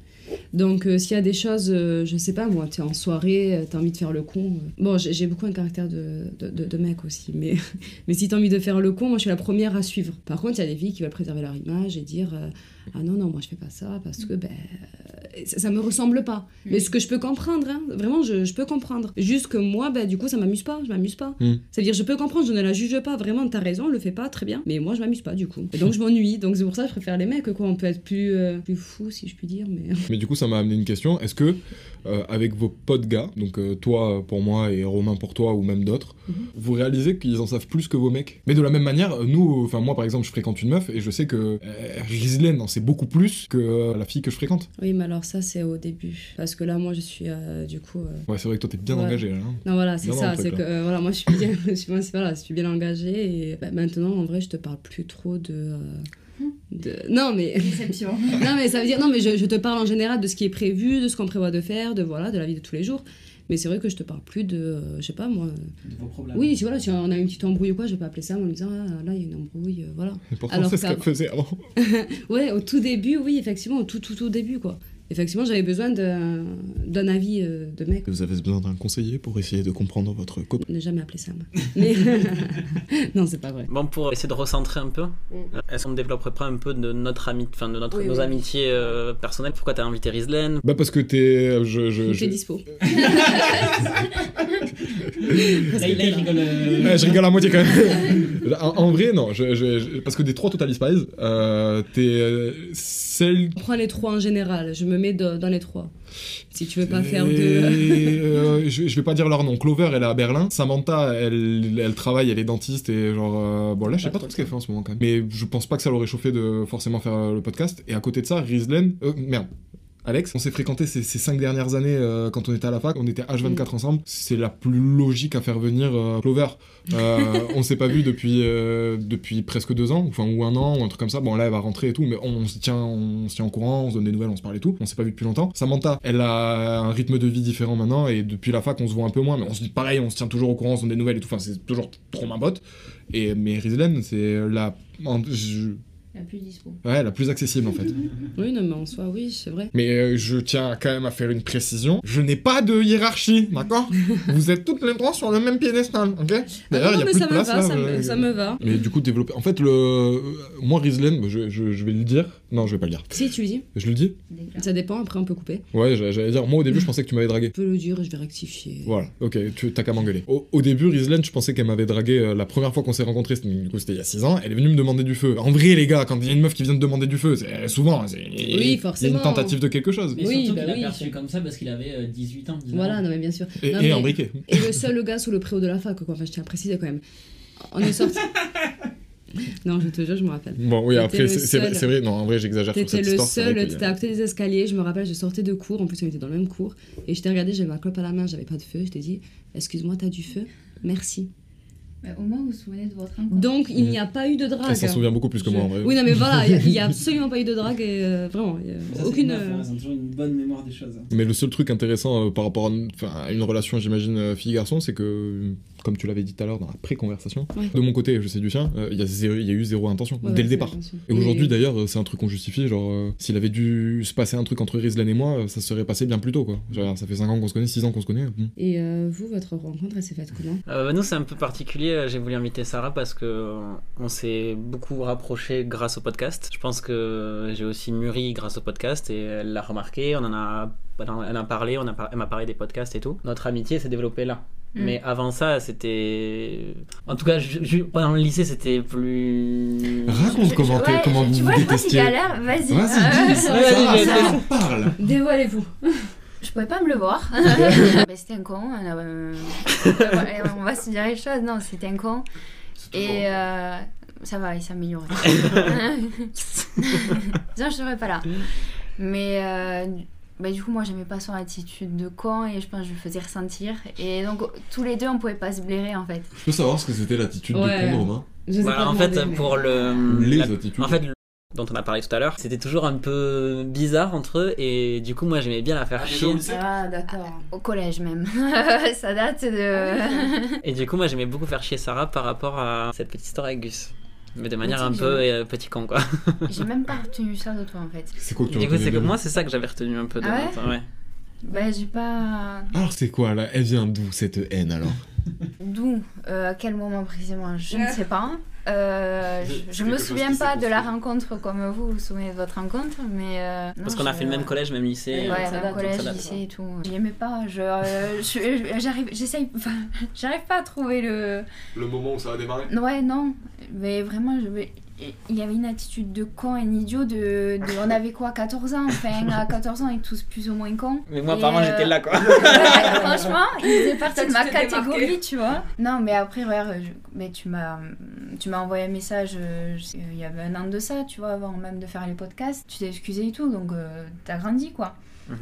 [SPEAKER 3] Donc, euh, s'il y a des choses, euh, je sais pas moi, t'es en soirée, euh, t'as envie de faire le con. euh. Bon, j'ai j'ai beaucoup un caractère de, de, de- de mec aussi, mais, mais si t'as envie de faire le con, moi je suis la première à suivre. Par contre, il y a des filles qui veulent préserver leur image et dire euh, Ah non, non, moi je fais pas ça parce que ben, euh, ça, ça me ressemble pas. Mais ce que je peux comprendre, hein, vraiment, je, je peux comprendre. Juste que moi, ben, du coup, ça m'amuse pas, je m'amuse pas. C'est-à-dire, je peux comprendre, je ne la juge pas, vraiment, t'as raison, le fais pas, très bien. Mais moi, je m'amuse pas, du coup. Et donc, je m'ennuie. Donc, c'est pour ça que je préfère les mecs, quoi. On peut être plus, euh, plus fou, si je puis dire, mais.
[SPEAKER 2] Mais du coup, ça m'a amené une question. Est-ce que, euh, avec vos potes gars, donc euh, toi euh, pour moi et Romain pour toi ou même d'autres,
[SPEAKER 3] Mhm.
[SPEAKER 2] vous réalisez qu'ils en savent plus que vos mecs Mais de la même manière, euh, nous, enfin, moi par exemple, je fréquente une meuf et je sais que euh, Ridlane en sait beaucoup plus que euh, la fille que je fréquente.
[SPEAKER 3] Oui, mais alors, ça, c'est au début. Parce que là, moi, je suis, euh, du coup. euh,
[SPEAKER 2] Ouais, c'est vrai que toi, t'es bien
[SPEAKER 3] Ouais.
[SPEAKER 2] engagé là. hein.
[SPEAKER 3] Non, voilà, c'est
[SPEAKER 2] Non, non,
[SPEAKER 3] ça.
[SPEAKER 2] le
[SPEAKER 3] C'est
[SPEAKER 2] truc,
[SPEAKER 3] que, euh, voilà, moi, je suis bien, je suis, voilà, je suis bien engagée. Et bah, maintenant, en vrai, je te parle plus trop de. euh, de... Non, mais.
[SPEAKER 5] déception.
[SPEAKER 3] non mais ça veut dire non mais je, je te parle en général de ce qui est prévu de ce qu'on prévoit de faire de voilà de la vie de tous les jours mais c'est vrai que je te parle plus de euh, je sais pas moi
[SPEAKER 7] De vos problèmes.
[SPEAKER 3] oui si voilà si on a une petite embrouille ou quoi je vais pas appeler ça mais en me disant ah, là il y a une embrouille euh, voilà
[SPEAKER 2] Et pourtant,
[SPEAKER 3] Alors
[SPEAKER 2] c'est ce
[SPEAKER 3] ça-
[SPEAKER 2] qu'elle faisait avant.
[SPEAKER 3] ouais au tout début oui effectivement au tout tout tout début quoi effectivement j'avais besoin d'un d'un avis euh, de mec
[SPEAKER 2] Vous avez besoin d'un conseiller pour essayer de comprendre votre copain.
[SPEAKER 3] ne jamais appeler ça moi. mais non c'est pas
[SPEAKER 2] Euh,
[SPEAKER 3] vrai
[SPEAKER 1] Bon, pour essayer de recentrer un peu, est-ce qu'on ne développerait pas un peu de notre ami, enfin, de notre,
[SPEAKER 3] Mm. Oui,
[SPEAKER 1] nos
[SPEAKER 3] oui.
[SPEAKER 1] amitiés euh, personnelles Pourquoi t'as invité Rizlen
[SPEAKER 2] Bah parce que t'es... Je, je,
[SPEAKER 3] j'étais
[SPEAKER 2] je-
[SPEAKER 3] dispo
[SPEAKER 7] Là, il- là, il rigole. euh,
[SPEAKER 2] Ouais, je rigole à moitié quand même. en, en vrai, non. Je, je- je- parce que des trois Total Spies, euh, t'es euh, celle...
[SPEAKER 3] on prend les trois en général je me mets de- dans les trois si tu veux pas faire de
[SPEAKER 2] Et, euh, je, je vais pas dire leur nom. Clover, elle est à Berlin. Samantha, elle, elle travaille, elle est dentiste et genre... euh, bon là, je sais pas trop ce qu'elle fait en ce moment quand même. Mais je pense pas que ça l'aurait chauffé de forcément faire euh, le podcast. Et à côté de ça, Rizlen... euh, merde. Alex. On s'est fréquenté ces, ces cinq dernières années euh, quand on était à la fac. On était H24 ensemble. C'est la plus logique à faire venir euh, Clover. Euh, on s'est pas vu depuis, euh, depuis presque deux ans, enfin, ou un an, ou un truc comme ça. Bon, là, elle va rentrer et tout, mais on se tient, on se tient au courant, on se donne des nouvelles, on se parle et tout. On s'est pas vu depuis longtemps. Samantha, elle a un rythme de vie différent maintenant, et depuis la fac, on se voit un peu moins, mais on se dit pareil, on se tient toujours au courant, on se donne des nouvelles et tout. Enfin, c'est toujours trop ma botte. Et, mais Rizlen, c'est la. en- je-
[SPEAKER 6] La plus dispo.
[SPEAKER 2] Ouais, la plus accessible en fait.
[SPEAKER 3] Oui, non, mais en soi, oui, c'est vrai.
[SPEAKER 2] Mais euh, je tiens quand même à faire une précision. Je n'ai pas de hiérarchie, d'accord Vous êtes toutes les trois sur le même piédestal, ok D'ailleurs,
[SPEAKER 3] Ah
[SPEAKER 2] il
[SPEAKER 3] non,
[SPEAKER 2] y a
[SPEAKER 3] mais
[SPEAKER 2] plus
[SPEAKER 3] ça
[SPEAKER 2] de
[SPEAKER 3] me
[SPEAKER 2] place
[SPEAKER 3] va,
[SPEAKER 2] là,
[SPEAKER 3] ça me-
[SPEAKER 2] euh,
[SPEAKER 3] ça me va.
[SPEAKER 2] Mais du coup, développer. En fait, le. Moi, Rizlen, bah, je, je- je vais le dire. Non, je vais pas le dire.
[SPEAKER 3] Si, tu le dis.
[SPEAKER 2] Je le dis
[SPEAKER 6] Déclare.
[SPEAKER 3] Ça dépend, après on peut couper.
[SPEAKER 2] Ouais, j'a- j'allais dire. Moi, au début, je pensais que tu m'avais dragué.
[SPEAKER 3] Je peux le dire et je vais rectifier.
[SPEAKER 2] Voilà, ok, tu t'as qu'à m'engueuler. Au, au début, Rizlen, je pensais qu'elle m'avait dragué euh, la première fois qu'on s'est rencontrés, c'était- du coup c'était il y a 6 ans, elle est venue me demander du feu. En vrai, les gars, quand il y a une meuf qui vient de demander du feu, c'est souvent, c'est- il y a
[SPEAKER 3] forcément.
[SPEAKER 2] une tentative de quelque chose.
[SPEAKER 7] Mais
[SPEAKER 3] Oui,
[SPEAKER 7] surtout
[SPEAKER 3] bah
[SPEAKER 7] qu'il a
[SPEAKER 3] oui.
[SPEAKER 7] perçu comme ça parce qu'il avait euh, 18 ans. 19
[SPEAKER 3] Voilà,
[SPEAKER 7] ans.
[SPEAKER 3] non, mais bien sûr.
[SPEAKER 2] Et,
[SPEAKER 3] Non,
[SPEAKER 2] et
[SPEAKER 3] mais-
[SPEAKER 2] en briquet.
[SPEAKER 3] Et le seul gars sous le préau de la fac, quoi. Enfin, je tiens à préciser quand même. On est sorti. non, je te jure, je me rappelle.
[SPEAKER 2] Bon, oui,
[SPEAKER 3] T'étais
[SPEAKER 2] après,
[SPEAKER 3] le
[SPEAKER 2] c'est- c'est vrai-
[SPEAKER 3] seul.
[SPEAKER 2] c'est vrai, non, en vrai, j'exagère sur Ah,
[SPEAKER 3] T'étais
[SPEAKER 2] cette
[SPEAKER 3] le
[SPEAKER 2] histoire. c'est vrai
[SPEAKER 3] seul,
[SPEAKER 2] qu'il y a-
[SPEAKER 3] t'étais à côté des escaliers, je me rappelle, je sortais de cours, en plus on était dans le même cours, et je t'ai regardé, j'avais ma clope à la main, j'avais pas de feu, je t'ai dit, excuse-moi, t'as du feu Merci.
[SPEAKER 6] Bah, au moins, vous vous souvenez de votre encore.
[SPEAKER 3] Donc il n'y a pas eu de drague.
[SPEAKER 2] Elle s'en souvient beaucoup plus que moi en vrai.
[SPEAKER 3] Oui, non, mais voilà, il n'y a, absolument pas eu de drague, et euh, vraiment, il y a
[SPEAKER 7] Ça, c'est
[SPEAKER 3] aucune.
[SPEAKER 7] une meuf, hein,
[SPEAKER 3] euh,
[SPEAKER 7] Elles ont toujours une bonne mémoire des choses. hein.
[SPEAKER 2] Mais le seul truc intéressant euh, par rapport à une, enfin, à une relation, j'imagine, euh, fille-garçon, c'est que, euh, comme tu l'avais dit tout à l'heure dans la pré-conversation,
[SPEAKER 3] Ouais.
[SPEAKER 2] de mon côté, je sais du tien, euh, il y, a zéro- il y a eu zéro intention
[SPEAKER 3] ouais,
[SPEAKER 2] dès
[SPEAKER 3] ouais,
[SPEAKER 2] le départ.
[SPEAKER 3] bien sûr.
[SPEAKER 2] Et aujourd'hui d'ailleurs, euh, c'est un truc qu'on justifie. Genre, euh, s'il avait dû se passer un truc entre Rizlan et moi, euh, ça se serait passé bien plus tôt quoi. Genre, ça fait 5 ans qu'on se connaît, 6 ans qu'on se connaît. bon.
[SPEAKER 3] Et euh, vous, votre rencontre, elle s'est faite comment
[SPEAKER 1] Euh, bah, nous, c'est un peu particulier. euh, J'ai voulu inviter Sarah parce que euh, on s'est beaucoup rapproché grâce au podcast. Je pense que j'ai aussi mûri grâce au podcast et elle l'a remarqué. On en a, elle en elle en a parlé, on a, par- elle m'a parlé des podcasts et tout. Notre amitié s'est développée là.
[SPEAKER 4] Mm.
[SPEAKER 1] Mais avant ça, c'était. En tout cas, ju- ju- pendant le lycée, c'était plus.
[SPEAKER 2] Raconte comment, t'es-
[SPEAKER 4] Ouais,
[SPEAKER 2] comment vous
[SPEAKER 4] tu
[SPEAKER 2] vous
[SPEAKER 4] vois, toi, tu
[SPEAKER 2] détestiez.
[SPEAKER 4] galères, vas-y.
[SPEAKER 2] Vas-y,
[SPEAKER 4] Euh,
[SPEAKER 2] dis,
[SPEAKER 1] Ouais,
[SPEAKER 2] Sarah,
[SPEAKER 1] vas-y,
[SPEAKER 2] Sarah, parle.
[SPEAKER 4] Dévoilez-vous. Je pouvais pas me le voir. Bah, c'était un con. euh, euh, on va se dire les choses. Non, c'était un con. Et euh, ça va, il s'améliore. Sinon, je serais pas là. Mais euh, bah, du coup, moi, j'aimais pas son attitude de con et je pense que je lui faisais ressentir. Et donc, tous les deux, on pouvait pas se blairer en fait.
[SPEAKER 8] Je peux savoir ce que c'était l'attitude
[SPEAKER 3] Ouais.
[SPEAKER 8] de
[SPEAKER 2] hein.
[SPEAKER 8] con, Romain
[SPEAKER 3] Je sais
[SPEAKER 1] Voilà,
[SPEAKER 3] pas
[SPEAKER 1] Bah, en fait,
[SPEAKER 3] demander, mais-
[SPEAKER 1] pour le.
[SPEAKER 8] Les
[SPEAKER 1] la-
[SPEAKER 8] attitudes
[SPEAKER 1] En fait, le- dont on a parlé tout à l'heure, c'était toujours un peu bizarre entre eux et du coup, moi, j'aimais bien la faire chier.
[SPEAKER 5] Ah, d'accord.
[SPEAKER 4] Au collège même. ça date de.
[SPEAKER 1] Et du coup, moi, j'aimais beaucoup faire chier Sarah par rapport à cette petite histoire avec Gus. Mais de manière
[SPEAKER 4] tu
[SPEAKER 1] un
[SPEAKER 4] dis-
[SPEAKER 1] peu euh, petit con, quoi.
[SPEAKER 4] J'ai même pas retenu ça de toi en fait.
[SPEAKER 8] C'est quoi que tu
[SPEAKER 1] Du coup,
[SPEAKER 8] reconnais
[SPEAKER 1] c'est que
[SPEAKER 8] de-
[SPEAKER 1] moi, c'est ça que j'avais retenu un peu de
[SPEAKER 4] Ah ouais
[SPEAKER 1] notre- ouais.
[SPEAKER 4] Bah, j'ai pas.
[SPEAKER 8] Alors c'est quoi là Elle vient d'où cette haine alors
[SPEAKER 4] D'où, euh, à quel moment précisément, je ne sais pas. Euh, je- je me souviens pas de la rencontre comme vous vous souvenez de votre rencontre, mais. euh,
[SPEAKER 1] Parce
[SPEAKER 4] non,
[SPEAKER 1] qu'on a
[SPEAKER 4] je-
[SPEAKER 1] fait le même collège, même lycée.
[SPEAKER 4] Ouais, même
[SPEAKER 7] ça date, donc
[SPEAKER 4] collège,
[SPEAKER 7] ça date,
[SPEAKER 4] lycée et tout. Je l'aimais pas. Je, euh, je- je- j'arrive, j'essaye, enfin, j'arrive pas à trouver le.
[SPEAKER 8] Le moment où ça a démarré
[SPEAKER 4] Ouais, non. Mais vraiment, je vais- il y avait une attitude de con et d'idiot. De, de- on avait quoi, 14 ans Enfin, à 14 ans, on est tous plus ou moins cons.
[SPEAKER 1] Mais moi,
[SPEAKER 4] Et,
[SPEAKER 1] apparemment,
[SPEAKER 4] euh,
[SPEAKER 1] j'étais là, quoi.
[SPEAKER 4] Ouais, franchement, il faisait partie
[SPEAKER 5] Ça,
[SPEAKER 4] de
[SPEAKER 5] tu
[SPEAKER 4] ma
[SPEAKER 5] t'es
[SPEAKER 4] catégorie,
[SPEAKER 5] démarqué.
[SPEAKER 4] tu vois. Non, mais après, ouais, euh, je- mais tu m'as, euh, tu m'as envoyé un message euh, je- il y avait un an de ça, tu vois, avant même de faire les podcasts. Tu t'es excusé et tout, donc euh, t'as grandi, quoi.
[SPEAKER 1] Mhm.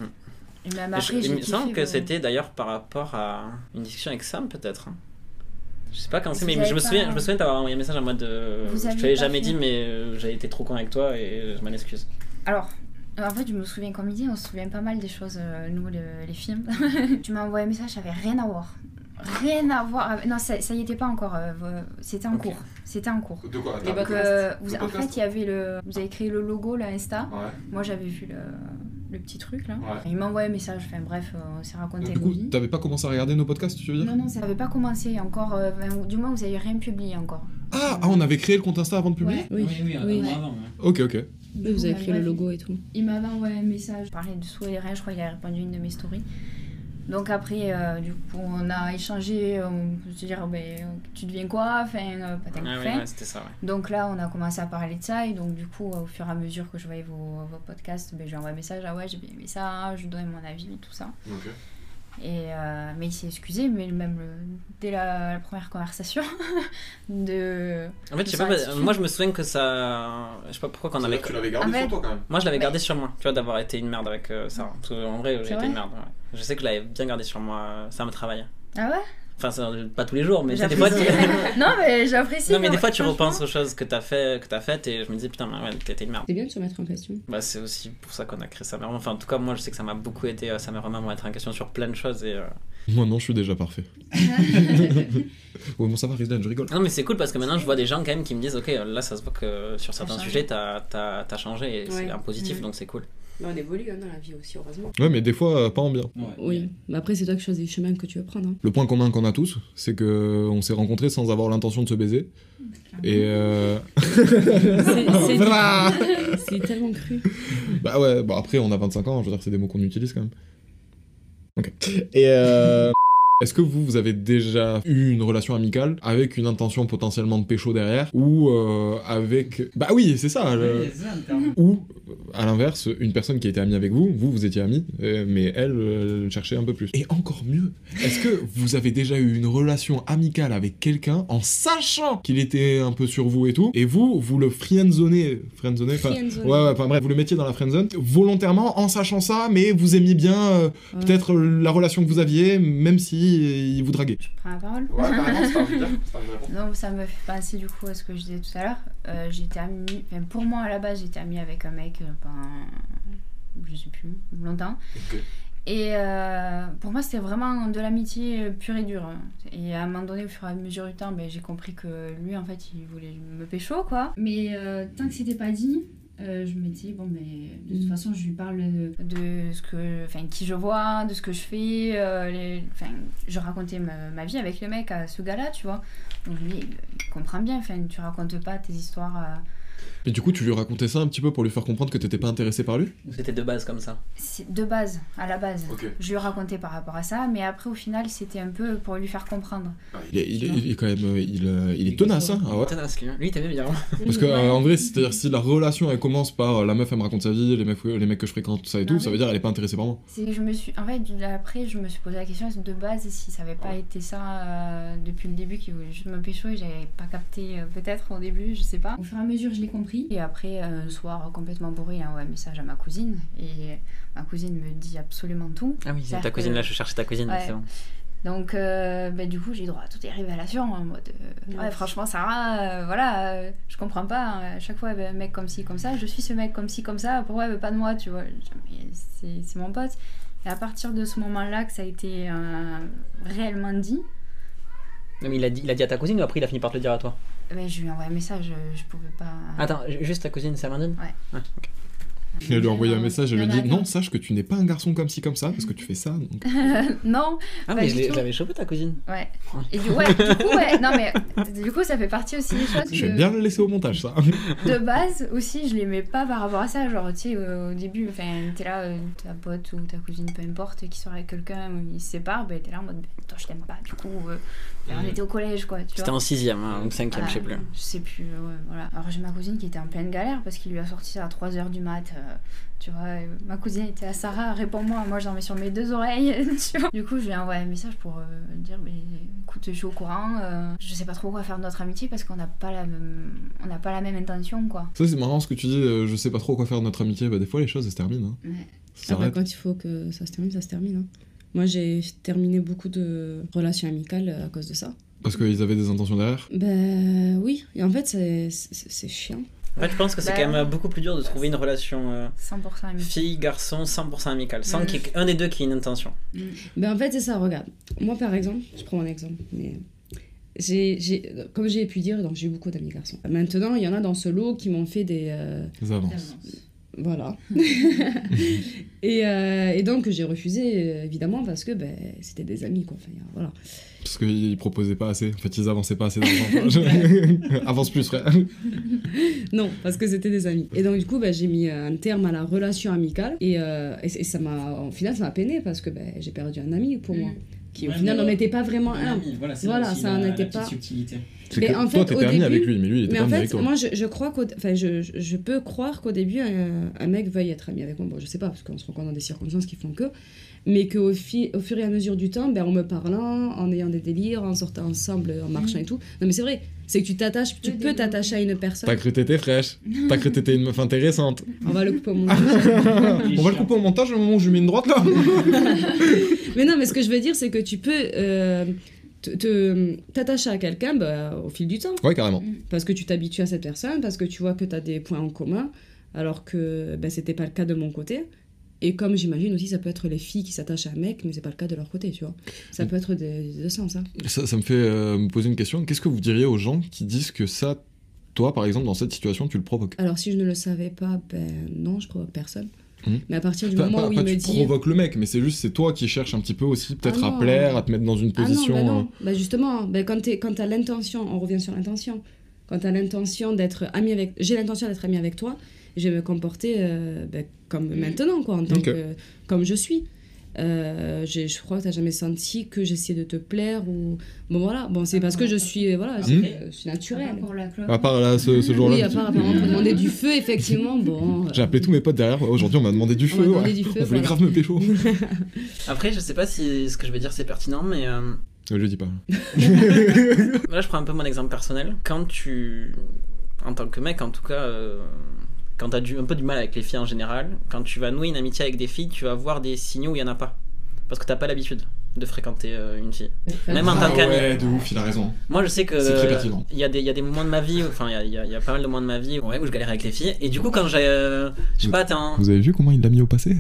[SPEAKER 4] Et même
[SPEAKER 1] Et je-
[SPEAKER 4] après,
[SPEAKER 1] il
[SPEAKER 4] j'ai
[SPEAKER 1] me semble
[SPEAKER 4] kiffé, euh,
[SPEAKER 1] que
[SPEAKER 4] ouais.
[SPEAKER 1] c'était d'ailleurs par rapport à une discussion avec Sam, peut-être. hein. Je sais pas quand
[SPEAKER 4] Vous
[SPEAKER 1] c'est, mais
[SPEAKER 4] avez
[SPEAKER 1] je me
[SPEAKER 4] pas-
[SPEAKER 1] souviens, je me souviens t'avoir envoyé un message en mode. euh,
[SPEAKER 4] Vous
[SPEAKER 1] je
[SPEAKER 4] aviez
[SPEAKER 1] te l'avais
[SPEAKER 4] pas
[SPEAKER 1] jamais
[SPEAKER 4] fait.
[SPEAKER 1] dit, mais euh, j'ai été trop con avec toi et je m'en excuse.
[SPEAKER 4] Alors. euh, En fait, je me souviens, comme il dit, on se souvient pas mal des choses, euh, nous, le- les films. tu m'as envoyé un message, j'avais rien à voir. Rien à voir. avec- Non, ça, ça y était pas encore. euh, c'était en
[SPEAKER 1] Ok.
[SPEAKER 4] cours. C'était en cours.
[SPEAKER 8] De quoi
[SPEAKER 5] Les
[SPEAKER 4] Donc,
[SPEAKER 5] podcasts.
[SPEAKER 4] euh, vous,
[SPEAKER 8] Le
[SPEAKER 4] en
[SPEAKER 8] podcast.
[SPEAKER 4] fait, il y avait le, vous avez créé le logo, la Insta.
[SPEAKER 8] Ouais.
[SPEAKER 4] Moi, j'avais vu le, le petit truc là.
[SPEAKER 8] Ouais.
[SPEAKER 4] Il m'a envoyé un message. Enfin bref, euh, on s'est
[SPEAKER 2] Du
[SPEAKER 4] raconté nos
[SPEAKER 2] coup,
[SPEAKER 4] vies.
[SPEAKER 2] t'avais pas commencé à regarder nos podcasts, tu veux dire
[SPEAKER 4] Non, non, ça n'avait pas commencé encore. euh, enfin, ou- du moins, vous n'avez rien publié encore.
[SPEAKER 2] ah, ah, on avait créé le compte Insta avant de publier
[SPEAKER 4] Ouais.
[SPEAKER 3] Oui,
[SPEAKER 7] oui, un
[SPEAKER 3] oui.
[SPEAKER 7] an avant. ouais.
[SPEAKER 2] Ok, ok.
[SPEAKER 3] Oui, vous avez créé le
[SPEAKER 4] Bref,
[SPEAKER 3] logo et tout.
[SPEAKER 4] Il m'avait envoyé un message. Je parlais de souhait et rien. Je crois qu'il a répondu à une de mes stories. Donc après, euh, du coup, on a échangé. euh, On peut se dire, ben, euh, tu deviens quoi Enfin, euh, pas
[SPEAKER 1] Ah oui, ouais, c'était ça, ouais.
[SPEAKER 4] Donc là, on a commencé à parler de ça, et donc du coup, au fur et à mesure que je voyais vos, vos podcasts, ben, je lui envoie un message, ah ouais, j'ai bien aimé ça, je lui donne mon avis, tout ça. Et, euh, mais il s'est excusé, mais même le- dès la, la première conversation de.
[SPEAKER 1] En fait, je sais pas, bah, moi je me souviens que ça. Je sais pas pourquoi qu'on
[SPEAKER 8] Ça veut
[SPEAKER 1] avait.
[SPEAKER 8] dire que Tu l'avais gardé
[SPEAKER 4] Ah, mais-
[SPEAKER 8] sur toi quand même.
[SPEAKER 1] Moi je l'avais
[SPEAKER 4] Mais-
[SPEAKER 1] gardé sur moi, tu vois, d'avoir été une merde avec euh, Sarah. Parce que, en vrai, j'ai
[SPEAKER 4] C'est
[SPEAKER 1] été
[SPEAKER 4] vrai
[SPEAKER 1] une merde. ouais. Je sais que je l'avais bien gardé sur moi, euh, ça me travaille.
[SPEAKER 4] Ah ouais
[SPEAKER 1] Enfin, ça- pas tous les jours, mais tu sais, des fois,
[SPEAKER 4] J'apprécie.
[SPEAKER 1] tu...
[SPEAKER 4] Non, mais j'apprécie.
[SPEAKER 1] non, mais des fois tu
[SPEAKER 4] franchement.
[SPEAKER 1] repenses aux choses que t'as fait, que t'as faites et je me dis putain, mais ouais, t'étais une merde.
[SPEAKER 3] C'est bien de se remettre en question.
[SPEAKER 1] Bah, c'est aussi pour ça qu'on a créé sa mère. Enfin, en tout cas, moi je sais que ça m'a beaucoup aidé, euh, sa mère vraiment à être en question sur plein de choses et. euh,
[SPEAKER 2] Moi non, je suis déjà parfait. ouais, bon, ça va, Rizdan, je rigole.
[SPEAKER 1] Non mais c'est cool parce que maintenant je vois des gens quand même qui me disent ok là ça se voit que sur certains
[SPEAKER 4] changé. Mm.
[SPEAKER 1] sujets t'as as, changé et c'est
[SPEAKER 3] Ouais.
[SPEAKER 1] un positif
[SPEAKER 3] Mhm.
[SPEAKER 1] donc c'est cool.
[SPEAKER 3] on évolue hein, dans la vie aussi, heureusement.
[SPEAKER 2] Ouais, mais des fois, euh, pas en bien.
[SPEAKER 3] Oui, mais après, c'est toi qui choisis le chemin que tu veux prendre. hein.
[SPEAKER 2] Le point commun qu'on a tous, c'est que euh, on s'est rencontrés sans avoir l'intention de se baiser. Et euh,
[SPEAKER 3] C'est- c'est-
[SPEAKER 2] Voilà.
[SPEAKER 3] C'est tellement cru.
[SPEAKER 2] bah ouais, bah après on a 25 ans, je veux dire c'est des mots qu'on utilise quand même. Ok. Et euh, est-ce que vous vous avez déjà eu une relation amicale avec une intention potentiellement de pécho derrière ou euh, avec bah oui c'est ça. le- Ou, euh, à l'inverse, une personne qui était amie avec vous, vous, vous étiez amis, euh, mais elle, euh, elle cherchait un peu plus. Et encore mieux, est-ce que vous avez déjà eu une relation amicale avec quelqu'un en sachant qu'il était un peu sur vous et tout, et vous, vous le friendzonez Friendzonez enfin,
[SPEAKER 3] Friendzone.
[SPEAKER 2] Ouais, ouais, enfin bref, vous le mettiez dans la friendzone volontairement en sachant ça, mais vous aimiez bien euh,
[SPEAKER 3] Ouais.
[SPEAKER 2] peut-être la relation que vous aviez, même si euh, il vous draguait.
[SPEAKER 4] Je prends la parole.
[SPEAKER 8] Ouais, carrément, c'est pas vulgaire, c'est pas vulgaire.
[SPEAKER 4] Non, ça me fait penser du coup à ce que je disais tout à l'heure. Euh, j'étais amie, enfin, pour moi à la base, j'étais amie avec un mec, euh, ben, je sais plus, longtemps.
[SPEAKER 8] Ok.
[SPEAKER 4] Et euh, pour moi, c'était vraiment de l'amitié euh, pure et dure. hein. Et à un moment donné, au fur et à mesure du temps, ben, j'ai compris que lui, en fait, il voulait me pécho, quoi.
[SPEAKER 6] Mais euh, tant que c'était pas dit, euh, je me dis, bon,
[SPEAKER 4] ben,
[SPEAKER 6] mais de toute façon, je lui parle de.
[SPEAKER 4] De ce que, enfin, qui je vois, de ce que je fais. euh, les- enfin, je racontais ma, ma vie avec le mec à ce gars-là, tu vois. Donc lui, il il comprend bien. Enfin, tu racontes pas tes histoires. euh, à...
[SPEAKER 2] Mais du coup, tu lui racontais ça un petit peu pour lui faire comprendre que t'étais pas intéressé par lui
[SPEAKER 1] C'était de base comme ça.
[SPEAKER 4] C'est de base, à la base.
[SPEAKER 8] Ok.
[SPEAKER 4] Je lui racontais par rapport à ça, mais après, au final, c'était un peu pour lui faire comprendre.
[SPEAKER 8] Ah,
[SPEAKER 2] il est, il est- il est quand même, euh, il, euh, il est tenace, hein ah ouais.
[SPEAKER 1] Tenace, lui, lui t'avais bien.
[SPEAKER 2] Parce que euh, en vrai, c'est-à-dire si la relation elle commence par euh, la meuf elle me raconte sa vie, les mecs, les mecs que je fréquente, tout ça et tout,
[SPEAKER 6] Ah
[SPEAKER 4] Non,
[SPEAKER 2] ça
[SPEAKER 4] mais-
[SPEAKER 2] veut dire elle est pas intéressée par moi.
[SPEAKER 4] C'est que je me suis. En fait, après, je me suis posé la question de base si ça avait pas été ça euh, depuis le début, qu'il voulait juste me pécho et j'avais pas capté, euh, peut-être au début, je sais pas.
[SPEAKER 6] Au fur et à mesure, je l'ai compris.
[SPEAKER 4] Et après, euh, un soir complètement bourré, hein, il envoie un message à ma cousine. Et ma cousine me dit absolument tout.
[SPEAKER 1] Ah oui,
[SPEAKER 4] C'est-à-dire
[SPEAKER 1] ta cousine
[SPEAKER 4] que-
[SPEAKER 1] là, je cherchais ta cousine, mais
[SPEAKER 4] Ouais.
[SPEAKER 1] c'est bon.
[SPEAKER 4] Donc, euh, ben, du coup, j'ai droit à toutes les révélations en mode euh,
[SPEAKER 3] Ouais.
[SPEAKER 4] Ouais, franchement, Sarah, euh, voilà, euh, je comprends pas. hein. à chaque fois, ben, un mec comme ci, comme ça, je suis ce mec comme ci, comme ça, pourquoi elle veut pas de moi, tu vois Je- mais C'est c'est mon pote. Et à partir de ce moment-là que ça a été euh, réellement dit,
[SPEAKER 1] Non mais il a dit, il a dit à ta cousine ou après il a fini par te le dire à toi
[SPEAKER 4] ben, je lui ai envoyé un message, euh, je pouvais pas.
[SPEAKER 1] Attends, ju- juste ta cousine, c'est Amandine Ah,
[SPEAKER 4] Ouais.
[SPEAKER 1] ok.
[SPEAKER 2] Elle lui a envoyé un message, elle lui
[SPEAKER 6] Non,
[SPEAKER 2] dit
[SPEAKER 6] mais attends.
[SPEAKER 2] non, sache que tu n'es pas un garçon comme ci comme ça parce que tu fais ça. donc-
[SPEAKER 4] non
[SPEAKER 1] Ah
[SPEAKER 4] Pas
[SPEAKER 1] mais
[SPEAKER 4] du
[SPEAKER 1] je l'ai-
[SPEAKER 4] tout.
[SPEAKER 1] je l'avais chopé ta cousine.
[SPEAKER 4] Ouais.
[SPEAKER 2] Oh.
[SPEAKER 4] Et du, ouais, du coup, ouais, non, mais du coup, ça fait partie aussi des choses.
[SPEAKER 2] Je
[SPEAKER 4] que-
[SPEAKER 2] vais bien le laisser au montage ça.
[SPEAKER 4] De base aussi, je l'aimais pas par rapport à ça. Genre, tu sais, euh, au début, enfin, t'es là, euh, ta pote ou ta cousine, peu importe, qui sort avec quelqu'un ou ils se séparent, ben, t'es là en mode, ben, toi, je t'aime pas. Du coup, euh, ben, on était au collège, quoi. Tu
[SPEAKER 1] Mm. C'était
[SPEAKER 4] vois.
[SPEAKER 1] en sixième hein, ou cinquième, je sais plus.
[SPEAKER 4] Ah, Je sais plus, ouais, voilà. Alors, j'ai ma cousine qui était en pleine galère parce qu'il lui a sorti ça à 3h du mat. euh, tu vois, et ma cousine était à Sarah, réponds-moi, moi j'en mets sur mes deux oreilles. tu vois. Du coup, je lui ai envoyé un message pour euh, dire mais écoute, je suis au courant, euh, je sais pas trop quoi faire de notre amitié parce qu'on n'a pas, la même- on n'a pas la même intention, quoi.
[SPEAKER 2] Ça c'est marrant ce que tu dis, euh, je sais pas trop quoi faire de notre amitié, bah des fois les choses elles se terminent. hein.
[SPEAKER 6] Ouais.
[SPEAKER 2] Ça
[SPEAKER 3] Ah bah,
[SPEAKER 2] s'arrête.
[SPEAKER 3] quand il faut que ça se termine, ça se termine. hein. Moi, j'ai terminé beaucoup de relations amicales euh, à cause de ça.
[SPEAKER 2] Parce qu'ils avaient des intentions derrière.
[SPEAKER 3] Ben oui, et en fait, c'est- c'est c'est chiant.
[SPEAKER 1] En fait, je pense que c'est
[SPEAKER 4] Bah,
[SPEAKER 1] quand même euh, beaucoup plus dur de trouver une relation euh,
[SPEAKER 4] 100% amitié.
[SPEAKER 1] fille-garçon 100% amicale, sans
[SPEAKER 4] Mhm.
[SPEAKER 1] qu'il y ait un des deux qui ait une intention.
[SPEAKER 3] Ben en fait, c'est ça, regarde. Moi, par exemple, je prends mon exemple, mais. j'ai j'ai- comme j'ai pu dire, donc j'ai eu beaucoup d'amis garçons. Maintenant, il y en a dans ce lot qui m'ont fait des, euh,
[SPEAKER 2] Ils avancent.
[SPEAKER 3] Voilà. et, euh, et donc j'ai refusé, euh, évidemment, parce que ben, c'était des amis, quoi. Enfin, voilà.
[SPEAKER 2] Parce qu'ils proposaient pas assez. En fait, ils avançaient pas assez d'argent. Avance plus, frère.
[SPEAKER 3] Non, parce que c'était des amis. Et donc du coup, ben, j'ai mis un terme à la
[SPEAKER 4] Mm. Mmh.
[SPEAKER 3] relation amicale. Et, euh, et, et ça m'a, au final, ça m'a peiné parce que ben, j'ai perdu un ami pour moi. qui au final n'en était pas vraiment un.
[SPEAKER 7] Ah Voilà, c'est
[SPEAKER 3] Voilà,
[SPEAKER 7] aussi
[SPEAKER 3] ça
[SPEAKER 7] la-
[SPEAKER 3] en
[SPEAKER 7] la
[SPEAKER 3] était
[SPEAKER 7] petite
[SPEAKER 3] pas.
[SPEAKER 7] subtilité.
[SPEAKER 2] C'est
[SPEAKER 3] Mais
[SPEAKER 2] que
[SPEAKER 3] en
[SPEAKER 2] toi,
[SPEAKER 3] fait,
[SPEAKER 2] t'étais
[SPEAKER 3] au
[SPEAKER 2] ami avec
[SPEAKER 3] début-
[SPEAKER 2] lui, mais lui, il était
[SPEAKER 3] Mais
[SPEAKER 2] pas
[SPEAKER 3] en
[SPEAKER 2] ami
[SPEAKER 3] fait,
[SPEAKER 2] avec toi.
[SPEAKER 3] moi, je, je crois qu'au, enfin, je, je- je peux croire qu'au début, un, un mec veuille être ami avec moi. Bon, je sais pas, parce qu'on se rencontre dans des circonstances qui font que. Mais qu'au fi- au fur et à mesure du temps, ben, en me parlant, en ayant des délires, en sortant ensemble, en marchant et tout. Non, mais c'est vrai, c'est que tu t'attaches, tu
[SPEAKER 6] Mhm. Le
[SPEAKER 3] peux
[SPEAKER 6] délire.
[SPEAKER 3] t'attacher à une
[SPEAKER 2] T'as
[SPEAKER 3] personne.
[SPEAKER 2] cru t'étais fraîche. T'as cru t'étais une meuf intéressante.
[SPEAKER 3] On va le couper au montage.
[SPEAKER 2] Ah. On va le couper au montage au moment où je lui mets une droite là.
[SPEAKER 3] Mais non, mais ce que je veux dire, c'est que tu peux euh, te- te- t'attacher à quelqu'un bah, au fil du temps.
[SPEAKER 2] Ouais, carrément.
[SPEAKER 3] Parce que tu t'habitues à cette personne, parce que tu vois que tu as des points en commun, alors que ben, c'était pas le cas de mon côté. Et comme j'imagine aussi, ça peut être les filles qui s'attachent à un mec, mais c'est pas le cas de leur côté, tu vois.
[SPEAKER 2] Mm.
[SPEAKER 3] Ça peut être des des deux sens. hein.
[SPEAKER 2] Ça, ça me fait euh, me poser une question. Qu'est-ce que vous diriez aux gens qui disent que ça, toi par exemple, dans cette situation, tu le provoques
[SPEAKER 3] Alors si je ne le savais pas, ben non, je provoque personne.
[SPEAKER 2] Mhm.
[SPEAKER 3] Mais à partir du
[SPEAKER 2] Pas,
[SPEAKER 3] moment
[SPEAKER 2] pas-
[SPEAKER 3] où
[SPEAKER 2] pas
[SPEAKER 3] il me
[SPEAKER 2] tu
[SPEAKER 3] dit.
[SPEAKER 2] provoques le mec, mais c'est juste c'est toi qui cherches un petit peu aussi peut-être
[SPEAKER 3] Ah
[SPEAKER 2] à
[SPEAKER 3] non.
[SPEAKER 2] plaire, à te mettre dans une position.
[SPEAKER 3] Ah non, bah
[SPEAKER 2] euh,
[SPEAKER 3] non. Bah justement, bah quand t'es- quand t'as l'intention, on revient sur l'intention. Quand t'as l'intention d'être ami avec, j'ai l'intention d'être ami avec toi, je vais me comporter euh, bah, comme maintenant, quoi, en tant
[SPEAKER 2] Mm. Ok.
[SPEAKER 3] que comme je suis. Euh, j'ai- je crois que t'as jamais senti que j'essayais de te plaire ou bon voilà, bon
[SPEAKER 2] Ah
[SPEAKER 3] c'est parce que je suis euh, voilà,
[SPEAKER 7] Après,
[SPEAKER 3] je, je suis naturelle.
[SPEAKER 6] Pour la clope.
[SPEAKER 2] euh, À part Ah là, ce, ce jour-là.
[SPEAKER 3] Oui,
[SPEAKER 2] je
[SPEAKER 3] à
[SPEAKER 2] dis-
[SPEAKER 3] part apparemment pour demander du feu, effectivement, bon. euh,
[SPEAKER 2] J'ai appelé tous mes potes derrière. Aujourd'hui, on m'a demandé du
[SPEAKER 3] On
[SPEAKER 2] feu.
[SPEAKER 3] m'a demandé
[SPEAKER 2] ouais.
[SPEAKER 3] du feu,
[SPEAKER 2] on voulait
[SPEAKER 3] voilà.
[SPEAKER 2] grave me pécho. Euh,
[SPEAKER 1] Après, je sais pas si ce que je vais dire c'est pertinent, mais euh,
[SPEAKER 2] je le dis pas.
[SPEAKER 1] là, je prends un peu mon exemple personnel. Quand tu. En tant que mec, en tout cas. euh, Quand t'as du, un peu du mal avec les filles en général, quand tu vas nouer une amitié avec des filles, tu vas voir des signaux où il y en a pas. Parce que t'as pas l'habitude de fréquenter euh, une fille. Même en tant qu'ami.
[SPEAKER 2] Ah de ouf, il a raison.
[SPEAKER 1] Moi, je sais que.
[SPEAKER 2] C'est très
[SPEAKER 1] euh,
[SPEAKER 2] pertinent.
[SPEAKER 1] Il y, a des- il y a des moments de ma vie, enfin, il y a- il y, a- il y a pas mal de moments de ma vie ouais, où je galère avec les filles. Et du coup, quand j'ai. euh, je sais pas, t'es en.
[SPEAKER 2] Vous avez vu comment il l'a mis au passé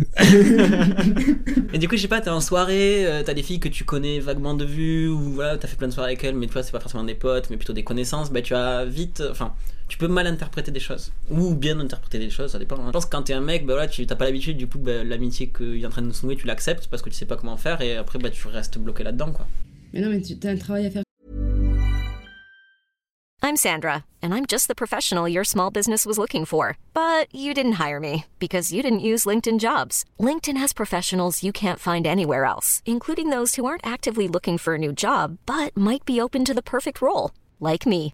[SPEAKER 1] Et du coup, je sais pas, t'es en soirée, euh, t'as des filles que tu connais vaguement de vue, ou voilà, t'as fait plein de soirées avec elles, mais tu vois, c'est pas forcément des potes, mais plutôt des connaissances, bah tu as vite. Enfin, tu peux mal interpréter des choses, ou bien interpréter des choses, ça dépend. hein. Je pense que quand t'es un mec, bah voilà, tu t'as pas l'habitude, du coup, bah, l'amitié qu'il est en train de nous nouer, tu l'acceptes parce que tu sais pas comment faire, et après, bah tu restes bloqué là-dedans, quoi.
[SPEAKER 3] Mais non, mais tu as un travail à faire
[SPEAKER 9] I'm Sandra, and I'm just the professional your small business was looking for. But you didn't hire me because you didn't use LinkedIn jobs. LinkedIn has professionals you can't find anywhere else, including those who aren't actively looking for a new job but might be open to the perfect role, like me.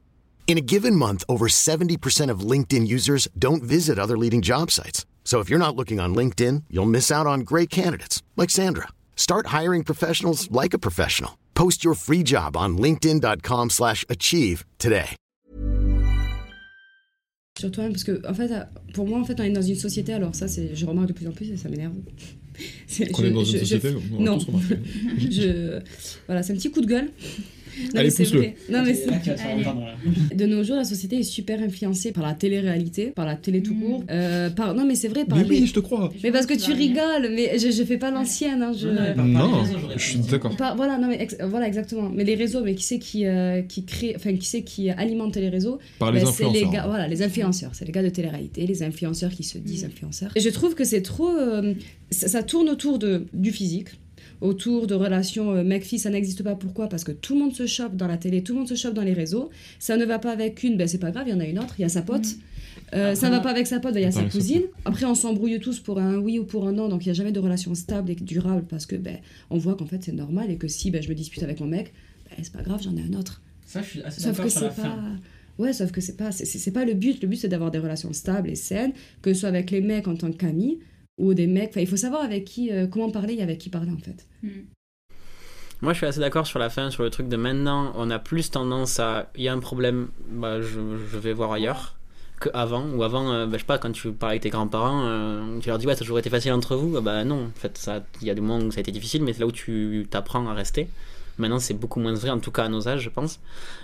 [SPEAKER 10] In a given month, over 70% of LinkedIn users don't visit other leading job sites. So if you're not looking on LinkedIn, you'll miss out on great candidates like Sandra. Start hiring professionals like a professional. Post your free job on linkedin.com/achieve slash achieve today.
[SPEAKER 3] sur toi-même parce que en fait à- pour moi en fait on est dans une société alors ça c'est je remarque de plus en plus et ça m'énerve C'est-
[SPEAKER 2] Qu'on
[SPEAKER 3] je-
[SPEAKER 2] est dans
[SPEAKER 3] je-
[SPEAKER 2] une
[SPEAKER 3] je-
[SPEAKER 2] société on a
[SPEAKER 3] non.
[SPEAKER 2] tous remarqué.
[SPEAKER 3] je- voilà c'est un petit coup de gueule non,
[SPEAKER 2] Allez,
[SPEAKER 3] mais c'est
[SPEAKER 2] pousse-le.
[SPEAKER 3] vrai. non mais
[SPEAKER 7] C'est là que tu vas te faire
[SPEAKER 6] Allez.
[SPEAKER 7] entendre, là.
[SPEAKER 3] c'est- de nos jours la société est super influencée par la télé-réalité par la télé tout court euh, par non mais c'est vrai par
[SPEAKER 2] Mais
[SPEAKER 3] les-
[SPEAKER 2] oui, je te crois.
[SPEAKER 3] mais parce que tu
[SPEAKER 6] rigoles
[SPEAKER 3] rigoles mais je, je fais pas l'ancienne hein, je...
[SPEAKER 7] Non, mais par- par
[SPEAKER 2] Non,
[SPEAKER 7] les réseaux, j'aurais
[SPEAKER 2] je suis
[SPEAKER 7] pas dit.
[SPEAKER 2] d'accord.
[SPEAKER 3] Pas- voilà, non, mais ex- voilà, exactement. Mais les réseaux, mais qui c'est qui, euh, qui crée, enfin, qui c'est qui alimente les réseaux
[SPEAKER 2] Par les
[SPEAKER 3] Ben, c'est
[SPEAKER 2] influenceurs. hein.
[SPEAKER 3] gars, voilà, les influenceurs, c'est les gars de télé-réalité, les influenceurs qui se disent influenceurs. Et je trouve que c'est trop, euh, ça, ça tourne autour de, du physique, autour de relations euh, mec-fille, ça n'existe pas. Pourquoi Parce que tout le monde se chope dans la télé, tout le monde se chope dans les réseaux. Ça ne va pas avec une, ben c'est pas grave, il y en a une autre, il y a sa pote. Euh, ça ne va pas avec sa pote, ben, il y a
[SPEAKER 2] Attends,
[SPEAKER 3] sa
[SPEAKER 2] avec sa
[SPEAKER 3] cousine. Après, on s'embrouille tous pour un oui ou pour un non, donc il n'y a jamais de relation stable et durable parce que ben, on voit qu'en fait c'est normal et que si ben, je me dispute avec mon mec, ben, c'est pas grave, j'en ai un autre.
[SPEAKER 7] Ça, je suis assez
[SPEAKER 3] Sauf que
[SPEAKER 7] d'accord sur la
[SPEAKER 3] c'est
[SPEAKER 7] fin.
[SPEAKER 3] pas. Ouais, sauf que c'est pas, c'est- c'est c'est pas le but. Le but, c'est d'avoir des relations stables et saines, que ce soit avec les mecs en tant qu'amis ou des mecs. Enfin, il faut savoir avec qui, euh, comment parler et avec qui parler en fait.
[SPEAKER 1] Moi, je suis assez d'accord sur la fin, sur le truc de maintenant, on a plus tendance à. Il y a un problème, bah, je, je vais voir ailleurs qu'avant. Ou avant, euh, bah, je sais pas, quand tu parles avec tes grands-parents, euh, tu leur dis, ouais, ça a toujours été facile entre vous. Ah Bah non, en fait, ça- il y a des moments où ça a été difficile, mais c'est là où tu t'apprends à rester. Maintenant, c'est beaucoup moins vrai, en tout cas à nos âges, je pense.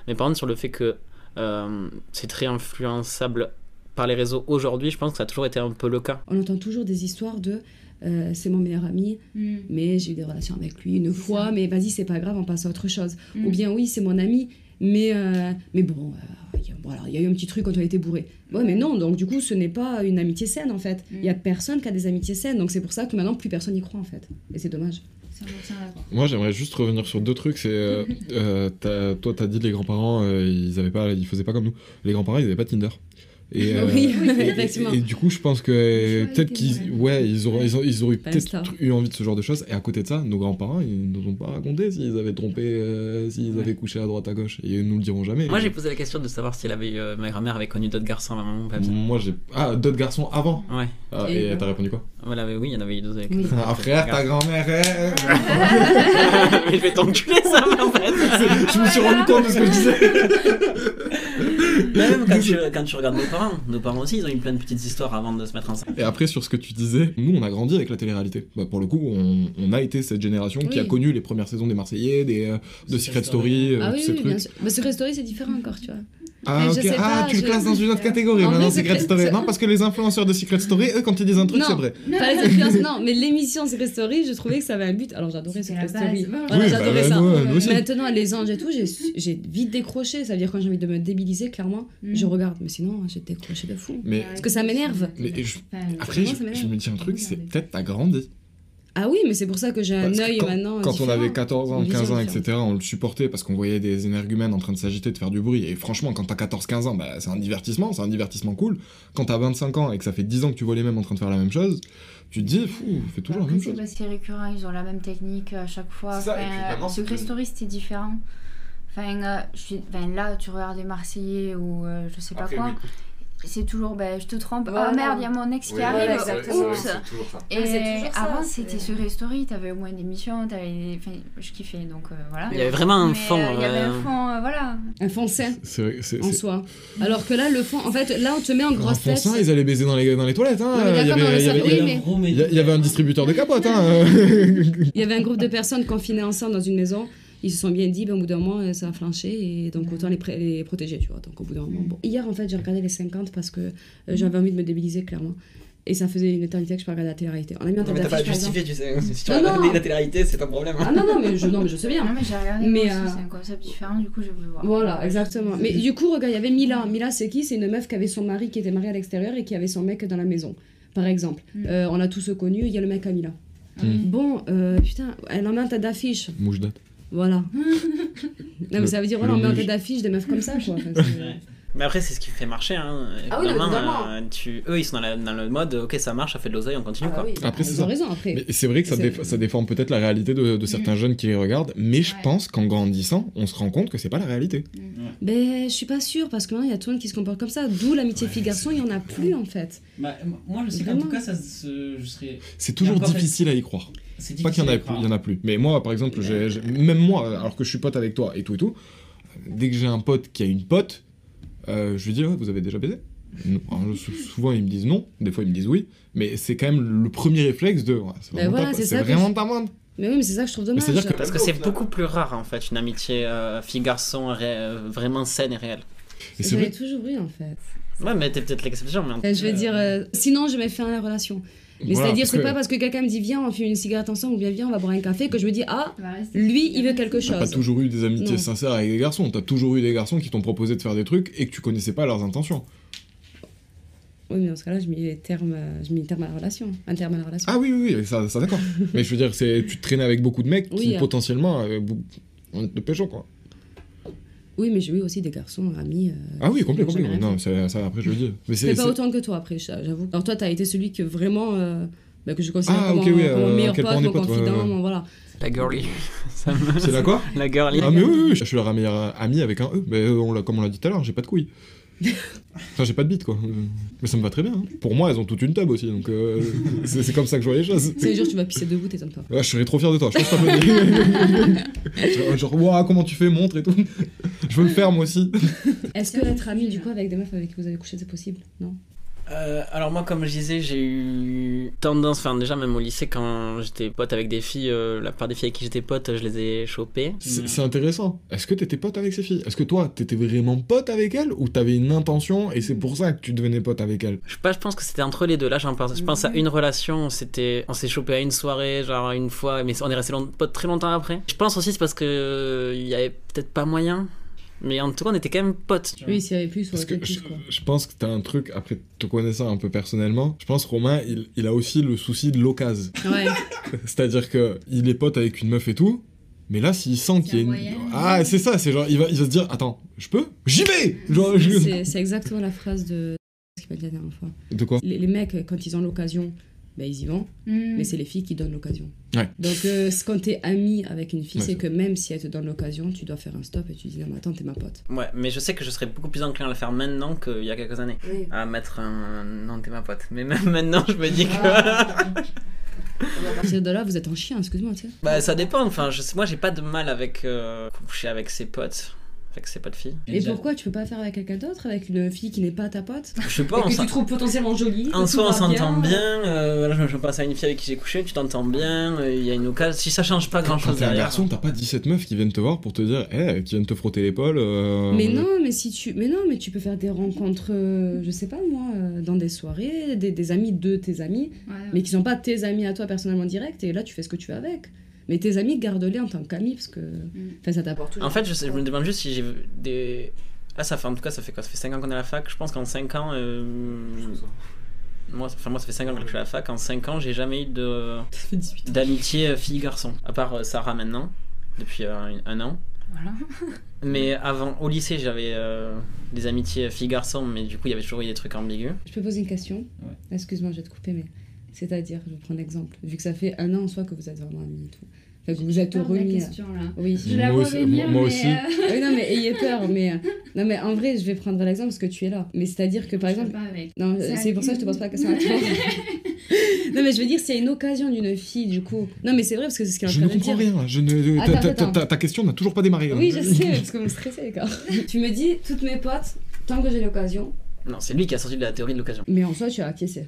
[SPEAKER 1] Mais par contre, sur le fait que euh, c'est très influençable par les réseaux aujourd'hui, je pense que ça a toujours été un peu le cas.
[SPEAKER 3] On entend toujours des histoires de euh, c'est mon meilleur ami,
[SPEAKER 4] Mmh,
[SPEAKER 3] mais j'ai eu des relations avec lui une fois, mais vas-y, c'est Mm. pas grave, on passe à autre chose. Ou bien oui, c'est mon ami, mais, euh, mais bon, euh, il y a- bon, alors, il y a eu un petit truc quand on a été bourré. Ouais, mais non, donc du coup, ce n'est pas une amitié saine en fait. Il y a personne qui a des amitiés saines, donc c'est pour ça que maintenant, plus personne n'y croit en fait. Et c'est dommage.
[SPEAKER 6] Ça me tient d'accord.
[SPEAKER 2] Moi, j'aimerais juste revenir sur deux trucs. C'est euh, euh, t'as- toi, t'as dit les grands-parents, euh, ils avaient pas, ils faisaient pas comme nous. Les grands-parents, ils avaient pas Tinder. Et,
[SPEAKER 3] Oui, oui,
[SPEAKER 2] et-
[SPEAKER 3] effectivement.
[SPEAKER 2] et- et du coup, je pense que peut-être qu'ils ouais, ils auraient, ils ont- ils auraient
[SPEAKER 3] Pas
[SPEAKER 2] peut-être
[SPEAKER 3] ça.
[SPEAKER 2] eu envie de ce genre de choses. Et à côté de ça, nos grands-parents, ils nous ont pas raconté s'ils avaient trompé, euh, s'ils avaient couché à droite à gauche. Et ils nous le diront jamais.
[SPEAKER 1] Moi j'ai posé la question de savoir si elle avait, euh, ma grand-mère avait connu d'autres garçons, ma maman ou papy.
[SPEAKER 2] Moi j'ai. Ah, d'autres garçons avant
[SPEAKER 1] Ouais.
[SPEAKER 2] Ah, Et et t'as répondu quoi
[SPEAKER 1] Voilà, mais oui, il y en avait eu deux avec.
[SPEAKER 2] Oui. Ah, frère, ta grand-mère eh, est.
[SPEAKER 1] mais je vais t'enculer, ça, mais en fait.
[SPEAKER 2] Je me suis rendu compte de ce que je
[SPEAKER 1] disais. Même quand tu, quand tu regardes nos parents, nos parents aussi, ils ont eu plein de petites histoires avant de se mettre ensemble.
[SPEAKER 2] Et après, sur ce que tu disais, nous, on a grandi avec la télé-réalité. Bah, pour le coup, on, on a été cette génération qui a
[SPEAKER 3] Oui.
[SPEAKER 2] connu les premières saisons des Marseillais, des, euh, de Secret Story, euh,
[SPEAKER 3] ah
[SPEAKER 2] tous
[SPEAKER 3] oui,
[SPEAKER 2] ces
[SPEAKER 3] oui,
[SPEAKER 2] trucs.
[SPEAKER 3] bien sûr. Mais Secret Story, c'est différent encore, tu vois.
[SPEAKER 2] Ah,
[SPEAKER 3] Mais je
[SPEAKER 2] ok.
[SPEAKER 3] sais
[SPEAKER 2] Ah,
[SPEAKER 3] pas,
[SPEAKER 2] tu le
[SPEAKER 3] je-
[SPEAKER 2] classes dans une autre catégorie
[SPEAKER 3] En
[SPEAKER 2] maintenant,
[SPEAKER 3] vrai,
[SPEAKER 2] Secret
[SPEAKER 3] Secret-
[SPEAKER 2] Story. Non, parce que les influenceurs de Secret Story, eux, quand ils disent un truc,
[SPEAKER 3] non,
[SPEAKER 2] c'est vrai.
[SPEAKER 3] Pas les influences, non, mais l'émission Secret Story, je trouvais que ça avait un but. Alors j'adorais Secret
[SPEAKER 6] la base.
[SPEAKER 3] Story.
[SPEAKER 6] Oui,
[SPEAKER 3] Voilà,
[SPEAKER 2] bah,
[SPEAKER 3] j'adorais
[SPEAKER 2] ouais,
[SPEAKER 3] ça.
[SPEAKER 2] nous, nous aussi.
[SPEAKER 3] Maintenant, les anges et tout, j'ai su- j'ai vite décroché. Ça veut dire quand j'ai envie de me débiliser, clairement,
[SPEAKER 6] Mm.
[SPEAKER 3] je regarde. Mais sinon, j'ai décroché de fou.
[SPEAKER 2] Mais-
[SPEAKER 3] Parce que ça m'énerve.
[SPEAKER 2] Mais ah, je-
[SPEAKER 6] Enfin,
[SPEAKER 2] Après,
[SPEAKER 3] vraiment,
[SPEAKER 2] je,
[SPEAKER 3] ça m'énerve.
[SPEAKER 2] je me dis un truc, c'est peut-être t'as grandi.
[SPEAKER 3] Ah oui, mais c'est pour ça que j'ai un
[SPEAKER 2] Parce que
[SPEAKER 3] œil
[SPEAKER 2] quand,
[SPEAKER 3] maintenant.
[SPEAKER 2] quand on
[SPEAKER 3] différent.
[SPEAKER 2] avait 14 ans,
[SPEAKER 3] Une vision
[SPEAKER 2] 15 ans,
[SPEAKER 3] différente.
[SPEAKER 2] etc., on le supportait parce qu'on voyait des énergumènes en train de s'agiter, de faire du bruit. Et franchement, quand t'as 14-15 ans, bah, c'est un divertissement, c'est un divertissement cool. Quand t'as 25 ans et que ça fait 10 ans que tu vois les mêmes en train de faire la même chose, tu te dis, fou, on fait toujours la
[SPEAKER 4] Après,
[SPEAKER 2] même
[SPEAKER 4] c'est
[SPEAKER 2] chose.
[SPEAKER 4] parce que c'est récurrent, ils ont la même technique à chaque fois.
[SPEAKER 2] C'est ça, et
[SPEAKER 4] Enfin,
[SPEAKER 2] puis maintenant,
[SPEAKER 4] euh,
[SPEAKER 2] c'est
[SPEAKER 4] Secret
[SPEAKER 2] que-
[SPEAKER 4] Story, c'était différent. Enfin, euh, je suis- enfin, là, tu regardes les Marseillais ou euh, je sais pas
[SPEAKER 8] Après,
[SPEAKER 4] quoi.
[SPEAKER 8] oui.
[SPEAKER 4] C'est toujours, ben, je te trompe.
[SPEAKER 5] Voilà.
[SPEAKER 4] Oh merde, il y a mon ex qui
[SPEAKER 8] Oui,
[SPEAKER 4] arrive.
[SPEAKER 5] voilà, exactement.
[SPEAKER 4] Oups.
[SPEAKER 8] C'est toujours ça.
[SPEAKER 4] Et
[SPEAKER 5] Mais c'est toujours ça,
[SPEAKER 4] avant,
[SPEAKER 5] c'est-
[SPEAKER 4] c'était Secret Story, t'avais au moins une émission, t'avais. Enfin, je kiffais, donc euh, voilà.
[SPEAKER 1] Il y avait vraiment un
[SPEAKER 4] Mais,
[SPEAKER 1] fond,
[SPEAKER 4] euh, Il y avait
[SPEAKER 1] euh,
[SPEAKER 4] un fond, euh, voilà.
[SPEAKER 3] Un fond sain
[SPEAKER 2] C'est c'est-
[SPEAKER 3] en
[SPEAKER 2] c'est-
[SPEAKER 3] soi. Alors que là, le fond, en fait, là, on te met en
[SPEAKER 2] En
[SPEAKER 3] grosse tête.
[SPEAKER 2] fonçant, ils allaient baiser dans les, dans les toilettes. Hein.
[SPEAKER 3] Non, mais
[SPEAKER 2] il, y
[SPEAKER 3] d'accord,
[SPEAKER 2] avait,
[SPEAKER 3] mais
[SPEAKER 2] il y
[SPEAKER 3] ça-
[SPEAKER 2] avait-
[SPEAKER 3] oui, mais-
[SPEAKER 2] il y a- il y avait un distributeur de capotes. Hein.
[SPEAKER 3] Il y avait un groupe de personnes confinées ensemble dans une maison. Ils se sont bien dit, ben, au bout d'un moment, euh, ça a flanché et donc autant les, pré- les protéger, tu vois. Donc au bout d'un moment,
[SPEAKER 1] Mm.
[SPEAKER 3] bon. Hier, en fait, j'ai regardé les 50 parce que euh, j'avais envie de me débiliser, clairement. Et ça faisait une éternité que je parlais de la télé-réalité. On a mis un
[SPEAKER 1] Non, mais t'as
[SPEAKER 3] tas
[SPEAKER 1] pas
[SPEAKER 3] d'affiches, par exemple.
[SPEAKER 1] justifié, tu sais. Si tu
[SPEAKER 3] Non,
[SPEAKER 1] regardes
[SPEAKER 3] non.
[SPEAKER 1] la télé-réalité, c'est ton problème. hein.
[SPEAKER 3] Ah non, non, mais je, non, mais je sais bien.
[SPEAKER 4] Non, mais j'ai regardé,
[SPEAKER 3] Mais,
[SPEAKER 4] mais
[SPEAKER 3] euh,
[SPEAKER 4] c'est un concept différent, du coup, j'ai voulu voir.
[SPEAKER 3] Voilà, exactement. Mais du coup, regarde, il y avait Mila. Mila, c'est qui C'est une meuf qui avait son mari qui était marié à l'extérieur et qui avait son mec dans la maison. Par exemple,
[SPEAKER 4] Mm.
[SPEAKER 3] Euh, on a tous connu, il y a le mec à Mila.
[SPEAKER 2] Mm.
[SPEAKER 3] Bon, euh, putain, elle en met un tas d'affiches.
[SPEAKER 2] Mouche date.
[SPEAKER 3] Voilà. non, mais ça veut dire, voilà, on met un tas
[SPEAKER 2] Le-
[SPEAKER 3] d'affiches des meufs comme ça, quoi. Enfin, c'est-
[SPEAKER 1] Mais après, c'est ce qui fait marcher. Hein.
[SPEAKER 3] Ah oui, non,
[SPEAKER 1] Évidemment,
[SPEAKER 3] évidemment.
[SPEAKER 1] euh, tu... Eux, ils sont dans, la- dans le mode ok, ça marche, ça fait de l'oseille, on continue.
[SPEAKER 3] Ah
[SPEAKER 1] quoi.
[SPEAKER 3] oui,
[SPEAKER 2] Après, c'est
[SPEAKER 3] ils
[SPEAKER 2] ça.
[SPEAKER 3] ont raison, après.
[SPEAKER 2] Mais c'est vrai que ça,
[SPEAKER 3] C'est- Mm-hmm.
[SPEAKER 2] déf- ça déforme peut-être la réalité de, de certains jeunes qui les regardent, mais je
[SPEAKER 4] Ouais.
[SPEAKER 2] pense qu'en grandissant, on se rend compte que c'est pas la réalité.
[SPEAKER 3] Ben, je suis pas sûre, parce que maintenant, il y a tout le monde qui se comporte comme ça. D'où l'amitié fille-garçon, il y en a plus, en fait.
[SPEAKER 7] Bah, moi, je sais qu'en
[SPEAKER 3] Vraiment.
[SPEAKER 7] tout cas, ça se- je serais.
[SPEAKER 2] C'est
[SPEAKER 7] Il
[SPEAKER 2] toujours
[SPEAKER 7] y a encore-
[SPEAKER 2] difficile à y croire.
[SPEAKER 7] C'est
[SPEAKER 2] Pas qu'il y en a
[SPEAKER 7] difficile à
[SPEAKER 2] plus,
[SPEAKER 7] croire.
[SPEAKER 2] il y en a plus. Mais moi, par exemple, j'ai- j'ai- même moi, alors que je suis pote avec toi et tout et tout, dès que j'ai un pote qui a une pote, euh, je lui dis Ouais, vous avez déjà baisé Non. Alors, sou- Souvent ils me disent non, des fois ils me disent oui, mais c'est quand même le premier réflexe de Ouais, c'est
[SPEAKER 3] Ben
[SPEAKER 2] vraiment
[SPEAKER 3] voilà,
[SPEAKER 2] pas-
[SPEAKER 3] c'est
[SPEAKER 2] c'est
[SPEAKER 3] ça que
[SPEAKER 2] vraiment
[SPEAKER 3] je-
[SPEAKER 2] pas moindre.
[SPEAKER 3] Mais oui, mais c'est ça que je trouve
[SPEAKER 2] Mais
[SPEAKER 3] dommage.
[SPEAKER 2] c'est-à-dire que-
[SPEAKER 1] Parce que c'est beaucoup plus rare en fait, une amitié euh, fille-garçon ré- euh, vraiment saine et réelle.
[SPEAKER 2] Et c'est
[SPEAKER 3] J'en ai
[SPEAKER 2] vrai.
[SPEAKER 3] toujours eu, en fait.
[SPEAKER 1] Ouais, mais t'es peut-être l'exception. Mais en-
[SPEAKER 3] Euh, Je veux dire, euh, sinon je vais faire la relation. Mais
[SPEAKER 2] Voilà,
[SPEAKER 3] c'est-à-dire,
[SPEAKER 2] parce
[SPEAKER 3] c'est
[SPEAKER 2] que
[SPEAKER 3] pas parce que quelqu'un me dit viens, on fume une cigarette ensemble ou bien viens, on va boire un café que je me dis ah,
[SPEAKER 6] Ça va rester.
[SPEAKER 3] lui, il veut quelque
[SPEAKER 2] T'as Ah, pas
[SPEAKER 3] chose.
[SPEAKER 2] toujours eu des amitiés
[SPEAKER 3] Non.
[SPEAKER 2] sincères avec des garçons, t'as toujours eu des garçons qui t'ont proposé de faire des trucs et que tu connaissais pas leurs intentions.
[SPEAKER 3] Oui, mais dans ce cas-là, je mets terme, euh, je mets terme à la relation. Un terme à la relation.
[SPEAKER 2] Ah oui, oui, oui, ça, ça d'accord. mais je veux dire, c'est, tu te traînais avec beaucoup de mecs
[SPEAKER 3] Oui,
[SPEAKER 2] qui
[SPEAKER 3] euh.
[SPEAKER 2] potentiellement euh, bou- ont de pécho, quoi.
[SPEAKER 3] Oui, mais j'ai eu aussi des garçons, amis. euh,
[SPEAKER 2] Ah oui,
[SPEAKER 3] qui
[SPEAKER 2] complètement,
[SPEAKER 3] n'ont jamais
[SPEAKER 2] complètement.
[SPEAKER 3] rien
[SPEAKER 2] Non, ça, ça, après, je le dis. Mais
[SPEAKER 3] fait. Mais pas autant que toi après, ça, j'avoue. Alors toi, t'as été celui que vraiment. euh, bah, que je considère
[SPEAKER 2] Ah,
[SPEAKER 3] comme,
[SPEAKER 2] ok, oui,
[SPEAKER 3] mon- comme mon
[SPEAKER 2] euh,
[SPEAKER 3] meilleur
[SPEAKER 2] à quel
[SPEAKER 3] pote,
[SPEAKER 2] point on est
[SPEAKER 3] mon
[SPEAKER 2] potes, ouais,
[SPEAKER 3] confident,
[SPEAKER 2] ouais.
[SPEAKER 3] mon voilà.
[SPEAKER 1] La girly. Ça me-
[SPEAKER 2] C'est la quoi
[SPEAKER 1] La girly.
[SPEAKER 2] Ah mais oui, oui, oui, je suis leur meilleure amie avec un E. Mais euh, on l'a- comme on l'a dit tout à l'heure, j'ai pas de couilles. Enfin, j'ai pas de bite, quoi. Euh, Mais ça me va très bien. hein. Pour moi, elles ont toute une table aussi, donc euh, c'est, c'est comme ça que je vois les choses.
[SPEAKER 3] Si un jour tu vas pisser debout, t'étonnes pas.
[SPEAKER 2] Ouais, je serais trop fier de toi, je pense que je t'applaudis. Genre, Ouah, comment tu fais, montre et tout. Je veux le faire, moi aussi.
[SPEAKER 3] Est-ce que être ami du coup avec des meufs avec qui vous avez couché, c'est possible Non
[SPEAKER 1] Euh, alors moi, comme je disais, j'ai eu tendance, enfin déjà même au lycée, quand j'étais pote avec des filles, euh, la part des filles avec qui j'étais pote, je les ai chopées.
[SPEAKER 2] C'est, c'est intéressant. Est-ce que t'étais pote avec ces filles Est-ce que toi, t'étais vraiment pote avec elles ou t'avais une intention et c'est pour ça que tu devenais pote avec elles
[SPEAKER 1] Je sais pas, je pense que c'était entre les deux. Là, j'en pense, je pense à une relation, c'était, on s'est chopé à une soirée, genre une fois, mais on est resté long- pas très longtemps après. Je pense aussi c'est parce que euh, il y avait peut-être pas moyen, mais en tout cas, on était quand même potes.
[SPEAKER 3] Oui, s'il y avait plus, on
[SPEAKER 2] Parce
[SPEAKER 3] aurait
[SPEAKER 2] que
[SPEAKER 3] fait
[SPEAKER 2] je,
[SPEAKER 3] plus quoi.
[SPEAKER 2] je pense que t'as un truc, après te connaissant un peu personnellement, je pense Romain, il, il a aussi le souci de l'occasion.
[SPEAKER 3] Ouais.
[SPEAKER 2] Ah, C'est-à-dire que il est pote avec une meuf et tout, mais là, s'il sent qu'il y a
[SPEAKER 6] un
[SPEAKER 2] une...
[SPEAKER 6] moyen.
[SPEAKER 2] Ah, c'est ça, c'est genre, il va, il va se dire, attends, je peux J'y vais Genre, je-
[SPEAKER 3] C'est c'est exactement la phrase de ce qu'il m'a dit la dernière fois.
[SPEAKER 2] De quoi
[SPEAKER 3] les, les mecs, quand ils ont l'occasion, ben, ils y vont,
[SPEAKER 4] Mm.
[SPEAKER 3] mais c'est les filles qui donnent l'occasion.
[SPEAKER 2] Ouais.
[SPEAKER 3] Donc, euh, c'est quand t'es ami avec une fille,
[SPEAKER 2] Ouais,
[SPEAKER 3] c'est
[SPEAKER 2] c'est
[SPEAKER 3] que même si elle te donne l'occasion, tu dois faire un stop et tu dis non, mais attends, t'es ma pote.
[SPEAKER 1] Ouais, mais je sais que je serais beaucoup plus enclin à le faire maintenant qu'il y a quelques années.
[SPEAKER 3] Oui.
[SPEAKER 1] À mettre un. Non, t'es ma pote. Mais même maintenant, je me dis
[SPEAKER 4] Ah,
[SPEAKER 1] que.
[SPEAKER 3] À partir de là, vous êtes un chien, excuse-moi, tu sais.
[SPEAKER 1] bah, ça dépend. Enfin, je... moi, j'ai pas de mal avec. euh, coucher avec ses potes. Avec ses potes filles.
[SPEAKER 3] Et pourquoi tu peux pas faire avec quelqu'un d'autre, avec une fille qui n'est pas ta pote
[SPEAKER 1] Je sais pas,
[SPEAKER 3] Et
[SPEAKER 1] on
[SPEAKER 3] que
[SPEAKER 1] s'en-
[SPEAKER 3] tu trouves potentiellement jolie
[SPEAKER 1] En
[SPEAKER 3] que
[SPEAKER 1] soi,
[SPEAKER 3] tout
[SPEAKER 1] on
[SPEAKER 3] va
[SPEAKER 1] s'entend bien. euh, voilà, je, je pense à une fille avec qui j'ai couché, tu t'entends bien. euh, Il y a une occasion. Si ça change pas grand
[SPEAKER 2] Quand
[SPEAKER 1] chose
[SPEAKER 2] t'es un
[SPEAKER 1] derrière. hein.
[SPEAKER 2] garçon, t'as pas 17 meufs qui viennent te voir pour te dire, eh, qui viennent te frotter l'épaule. euh,
[SPEAKER 3] Mais non, mais si tu, mais non, mais tu peux faire des rencontres, euh, je sais pas moi, euh, dans des soirées, des, des amis de tes amis,
[SPEAKER 4] Ouais,
[SPEAKER 6] Mm.
[SPEAKER 4] ouais.
[SPEAKER 3] mais qui sont pas tes amis à toi personnellement direct. Et là, tu fais ce que tu veux avec. Mais tes amis, garde-les en tant qu'amis parce que,
[SPEAKER 6] Mm.
[SPEAKER 3] enfin, ça t'apporte toujours.
[SPEAKER 1] En fait, je, sais- je me demande juste si j'ai des. Ah, ça fait en tout cas, ça fait quoi Ça fait 5 ans qu'on est à la fac. Je pense qu'en 5 ans. euh, Moi, enfin, moi, ça fait 5 ans que je suis à la fac. En 5 ans, j'ai jamais eu de d'amitié euh, fille-garçon. À part euh, Sarah maintenant, depuis euh, un- un an.
[SPEAKER 4] Voilà.
[SPEAKER 1] Mais avant, au lycée, j'avais euh, des amitiés filles-garçons, mais du coup, il y avait toujours eu des trucs ambigus.
[SPEAKER 3] Je peux poser une question
[SPEAKER 7] Ouais.
[SPEAKER 3] Excuse-moi, je vais te couper, mais c'est-à-dire, je vous prends l'exemple, vu que ça fait un an en soi que vous êtes vraiment amis et tout. Enfin, que vous êtes
[SPEAKER 6] peur de la
[SPEAKER 3] remis. hein. à-
[SPEAKER 6] question là.
[SPEAKER 3] Oui.
[SPEAKER 6] Je la
[SPEAKER 2] Moi
[SPEAKER 6] vois
[SPEAKER 2] aussi-
[SPEAKER 6] venir,
[SPEAKER 2] moi
[SPEAKER 6] mais,
[SPEAKER 2] aussi.
[SPEAKER 6] euh,
[SPEAKER 3] Oui, non, mais ayez peur, mais. euh, Non, mais en vrai, je vais prendre l'exemple parce que tu es là. Mais c'est-à-dire que, par
[SPEAKER 6] je peux
[SPEAKER 3] exemple.
[SPEAKER 6] pas avec.
[SPEAKER 3] Non,
[SPEAKER 6] Ça
[SPEAKER 3] c'est pour ça que je te pose pas la question à toi. non, mais je veux dire, s'il y a une occasion d'une fille, du coup. Non, mais c'est vrai parce que c'est ce qu'elle est
[SPEAKER 2] Je
[SPEAKER 3] en
[SPEAKER 2] ne
[SPEAKER 3] train de
[SPEAKER 2] comprends
[SPEAKER 3] dire.
[SPEAKER 2] rien. Je ne... euh,
[SPEAKER 3] Attends,
[SPEAKER 2] ta- ta,
[SPEAKER 3] attends.
[SPEAKER 2] ta- ta question n'a toujours pas démarré. hein.
[SPEAKER 3] Oui, je sais, parce que vous me stressez, les gars. tu me dis, toutes mes potes, tant que j'ai l'occasion.
[SPEAKER 1] Non, c'est lui qui a sorti de la théorie de l'occasion.
[SPEAKER 3] Mais en soi, tu as acquiescé.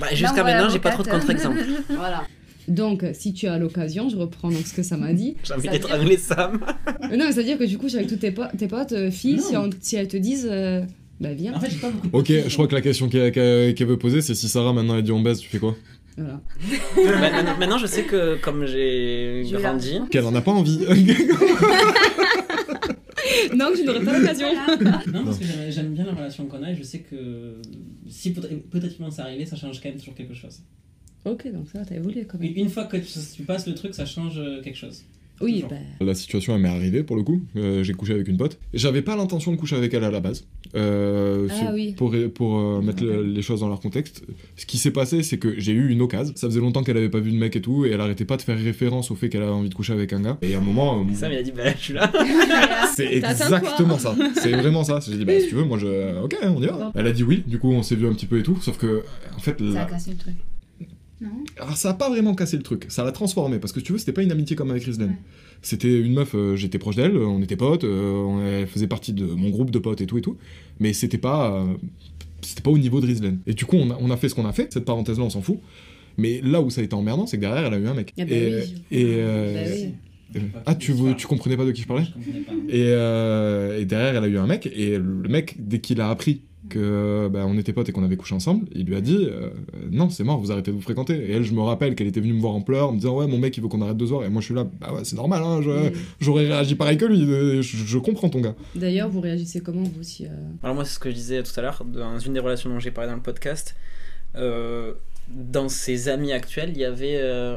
[SPEAKER 1] Bah, jusqu'à
[SPEAKER 4] on voit
[SPEAKER 1] maintenant, j'ai pas trop
[SPEAKER 4] l'avocate.
[SPEAKER 1] de contre-exemples.
[SPEAKER 3] Voilà. Donc, si tu as l'occasion, je reprends donc ce que ça m'a dit.
[SPEAKER 1] J'ai envie
[SPEAKER 3] Ça
[SPEAKER 1] d'étrangler Sam.
[SPEAKER 3] Mais non, mais c'est-à-dire que du coup, avec tous tes, po- tes potes, euh, filles,
[SPEAKER 7] Non.
[SPEAKER 3] si, on- si elles te disent, euh, bah viens.
[SPEAKER 7] En fait, j'ai pas beaucoup de
[SPEAKER 2] Ok,
[SPEAKER 7] potes,
[SPEAKER 2] je crois que la question qu'elle qu'elle- qu'elle veut poser, c'est si Sarah maintenant elle dit on baise, tu fais quoi
[SPEAKER 3] Voilà.
[SPEAKER 1] Bah, maintenant, maintenant, je sais que comme j'ai
[SPEAKER 4] Tu l'as.
[SPEAKER 1] grandi,
[SPEAKER 2] Qu'elle en a pas envie.
[SPEAKER 3] Non, je n'aurais pas l'occasion.
[SPEAKER 7] Non, parce que j'aime- j'aime bien la relation qu'on a et je sais que si peut- peut-être que ça arrivait, ça change quand même toujours quelque chose.
[SPEAKER 3] ok, donc ça va, t'as évolué quand même.
[SPEAKER 7] Une une fois que tu, tu passes le truc, ça change euh, quelque chose.
[SPEAKER 3] Oui,
[SPEAKER 7] Toujours.
[SPEAKER 3] bah.
[SPEAKER 2] la situation elle m'est arrivée pour le coup. Euh, j'ai couché avec une pote. J'avais pas l'intention de coucher avec elle à la base. Euh,
[SPEAKER 3] Ah
[SPEAKER 2] c'est-
[SPEAKER 3] oui.
[SPEAKER 2] Pour, pour euh, mettre le- les choses dans leur contexte. Ce qui s'est passé, c'est que j'ai eu une occasion. Ça faisait longtemps qu'elle avait pas vu de mec et tout, et elle arrêtait pas de faire référence au fait qu'elle avait envie de coucher avec un gars. Et à un moment, euh,
[SPEAKER 1] Sam il a dit Bah, je suis là.
[SPEAKER 2] C'est
[SPEAKER 3] T'as atteint
[SPEAKER 2] exactement ça. C'est vraiment ça. J'ai dit, bah, si tu veux, moi, je. Ok, on y va. Elle a dit oui. Du coup, on s'est vu un petit peu et tout. Sauf que, en fait,
[SPEAKER 4] Ça a
[SPEAKER 2] la-
[SPEAKER 4] cassé le truc.
[SPEAKER 2] Alors, ça a pas vraiment cassé le truc. Ça l'a transformé. Parce que, si tu veux, c'était pas une amitié comme avec Risden. C'était une meuf, euh, j'étais proche d'elle, euh, on était potes, euh, on- elle faisait partie de mon groupe de potes et tout et tout. Mais c'était pas. euh, C'était pas au niveau de Risden. Et du coup, on a, on a fait ce qu'on a fait. Cette parenthèse-là, on s'en fout. Mais là où ça a été emmerdant, c'est que derrière, elle a eu un mec.
[SPEAKER 3] Ah bah
[SPEAKER 2] et.
[SPEAKER 3] oui,
[SPEAKER 2] et, euh,
[SPEAKER 3] Bah oui.
[SPEAKER 2] euh, Ah, tu, veux- tu comprenais pas de qui je parlais
[SPEAKER 7] Je comprenais pas.
[SPEAKER 2] et, euh, et derrière, elle a eu un mec, et le mec, dès qu'il a appris que bah, on était potes et qu'on avait couché ensemble, il lui a dit euh, non c'est mort vous arrêtez de vous fréquenter et elle je me rappelle qu'elle était venue me voir en pleurs en me disant ouais mon mec il veut qu'on arrête de se voir et moi je suis là bah ouais c'est normal hein, je-
[SPEAKER 3] Mm.
[SPEAKER 2] j'aurais réagi pareil que lui euh, je, je comprends ton gars
[SPEAKER 3] D'ailleurs, vous réagissez comment, vous, si. euh,
[SPEAKER 1] Alors, moi, c'est ce que je disais tout à l'heure. Dans une des relations dont j'ai parlé dans le podcast, euh, dans ses amis actuels, il y avait. euh,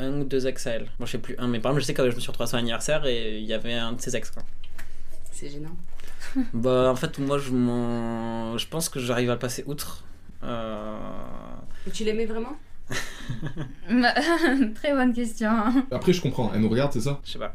[SPEAKER 1] un ou deux ex à elle. Moi je sais plus un, mais par exemple, je sais que je me suis retrouvé à son anniversaire et il y avait un de ses ex. Quoi.
[SPEAKER 3] C'est gênant.
[SPEAKER 1] Bah en fait moi je m'en... Je pense que j'arrive à le passer outre. Euh,
[SPEAKER 3] Tu l'aimais vraiment
[SPEAKER 4] Bah, Très bonne question. hein.
[SPEAKER 2] après je comprends elle nous regarde c'est ça
[SPEAKER 1] Je sais pas.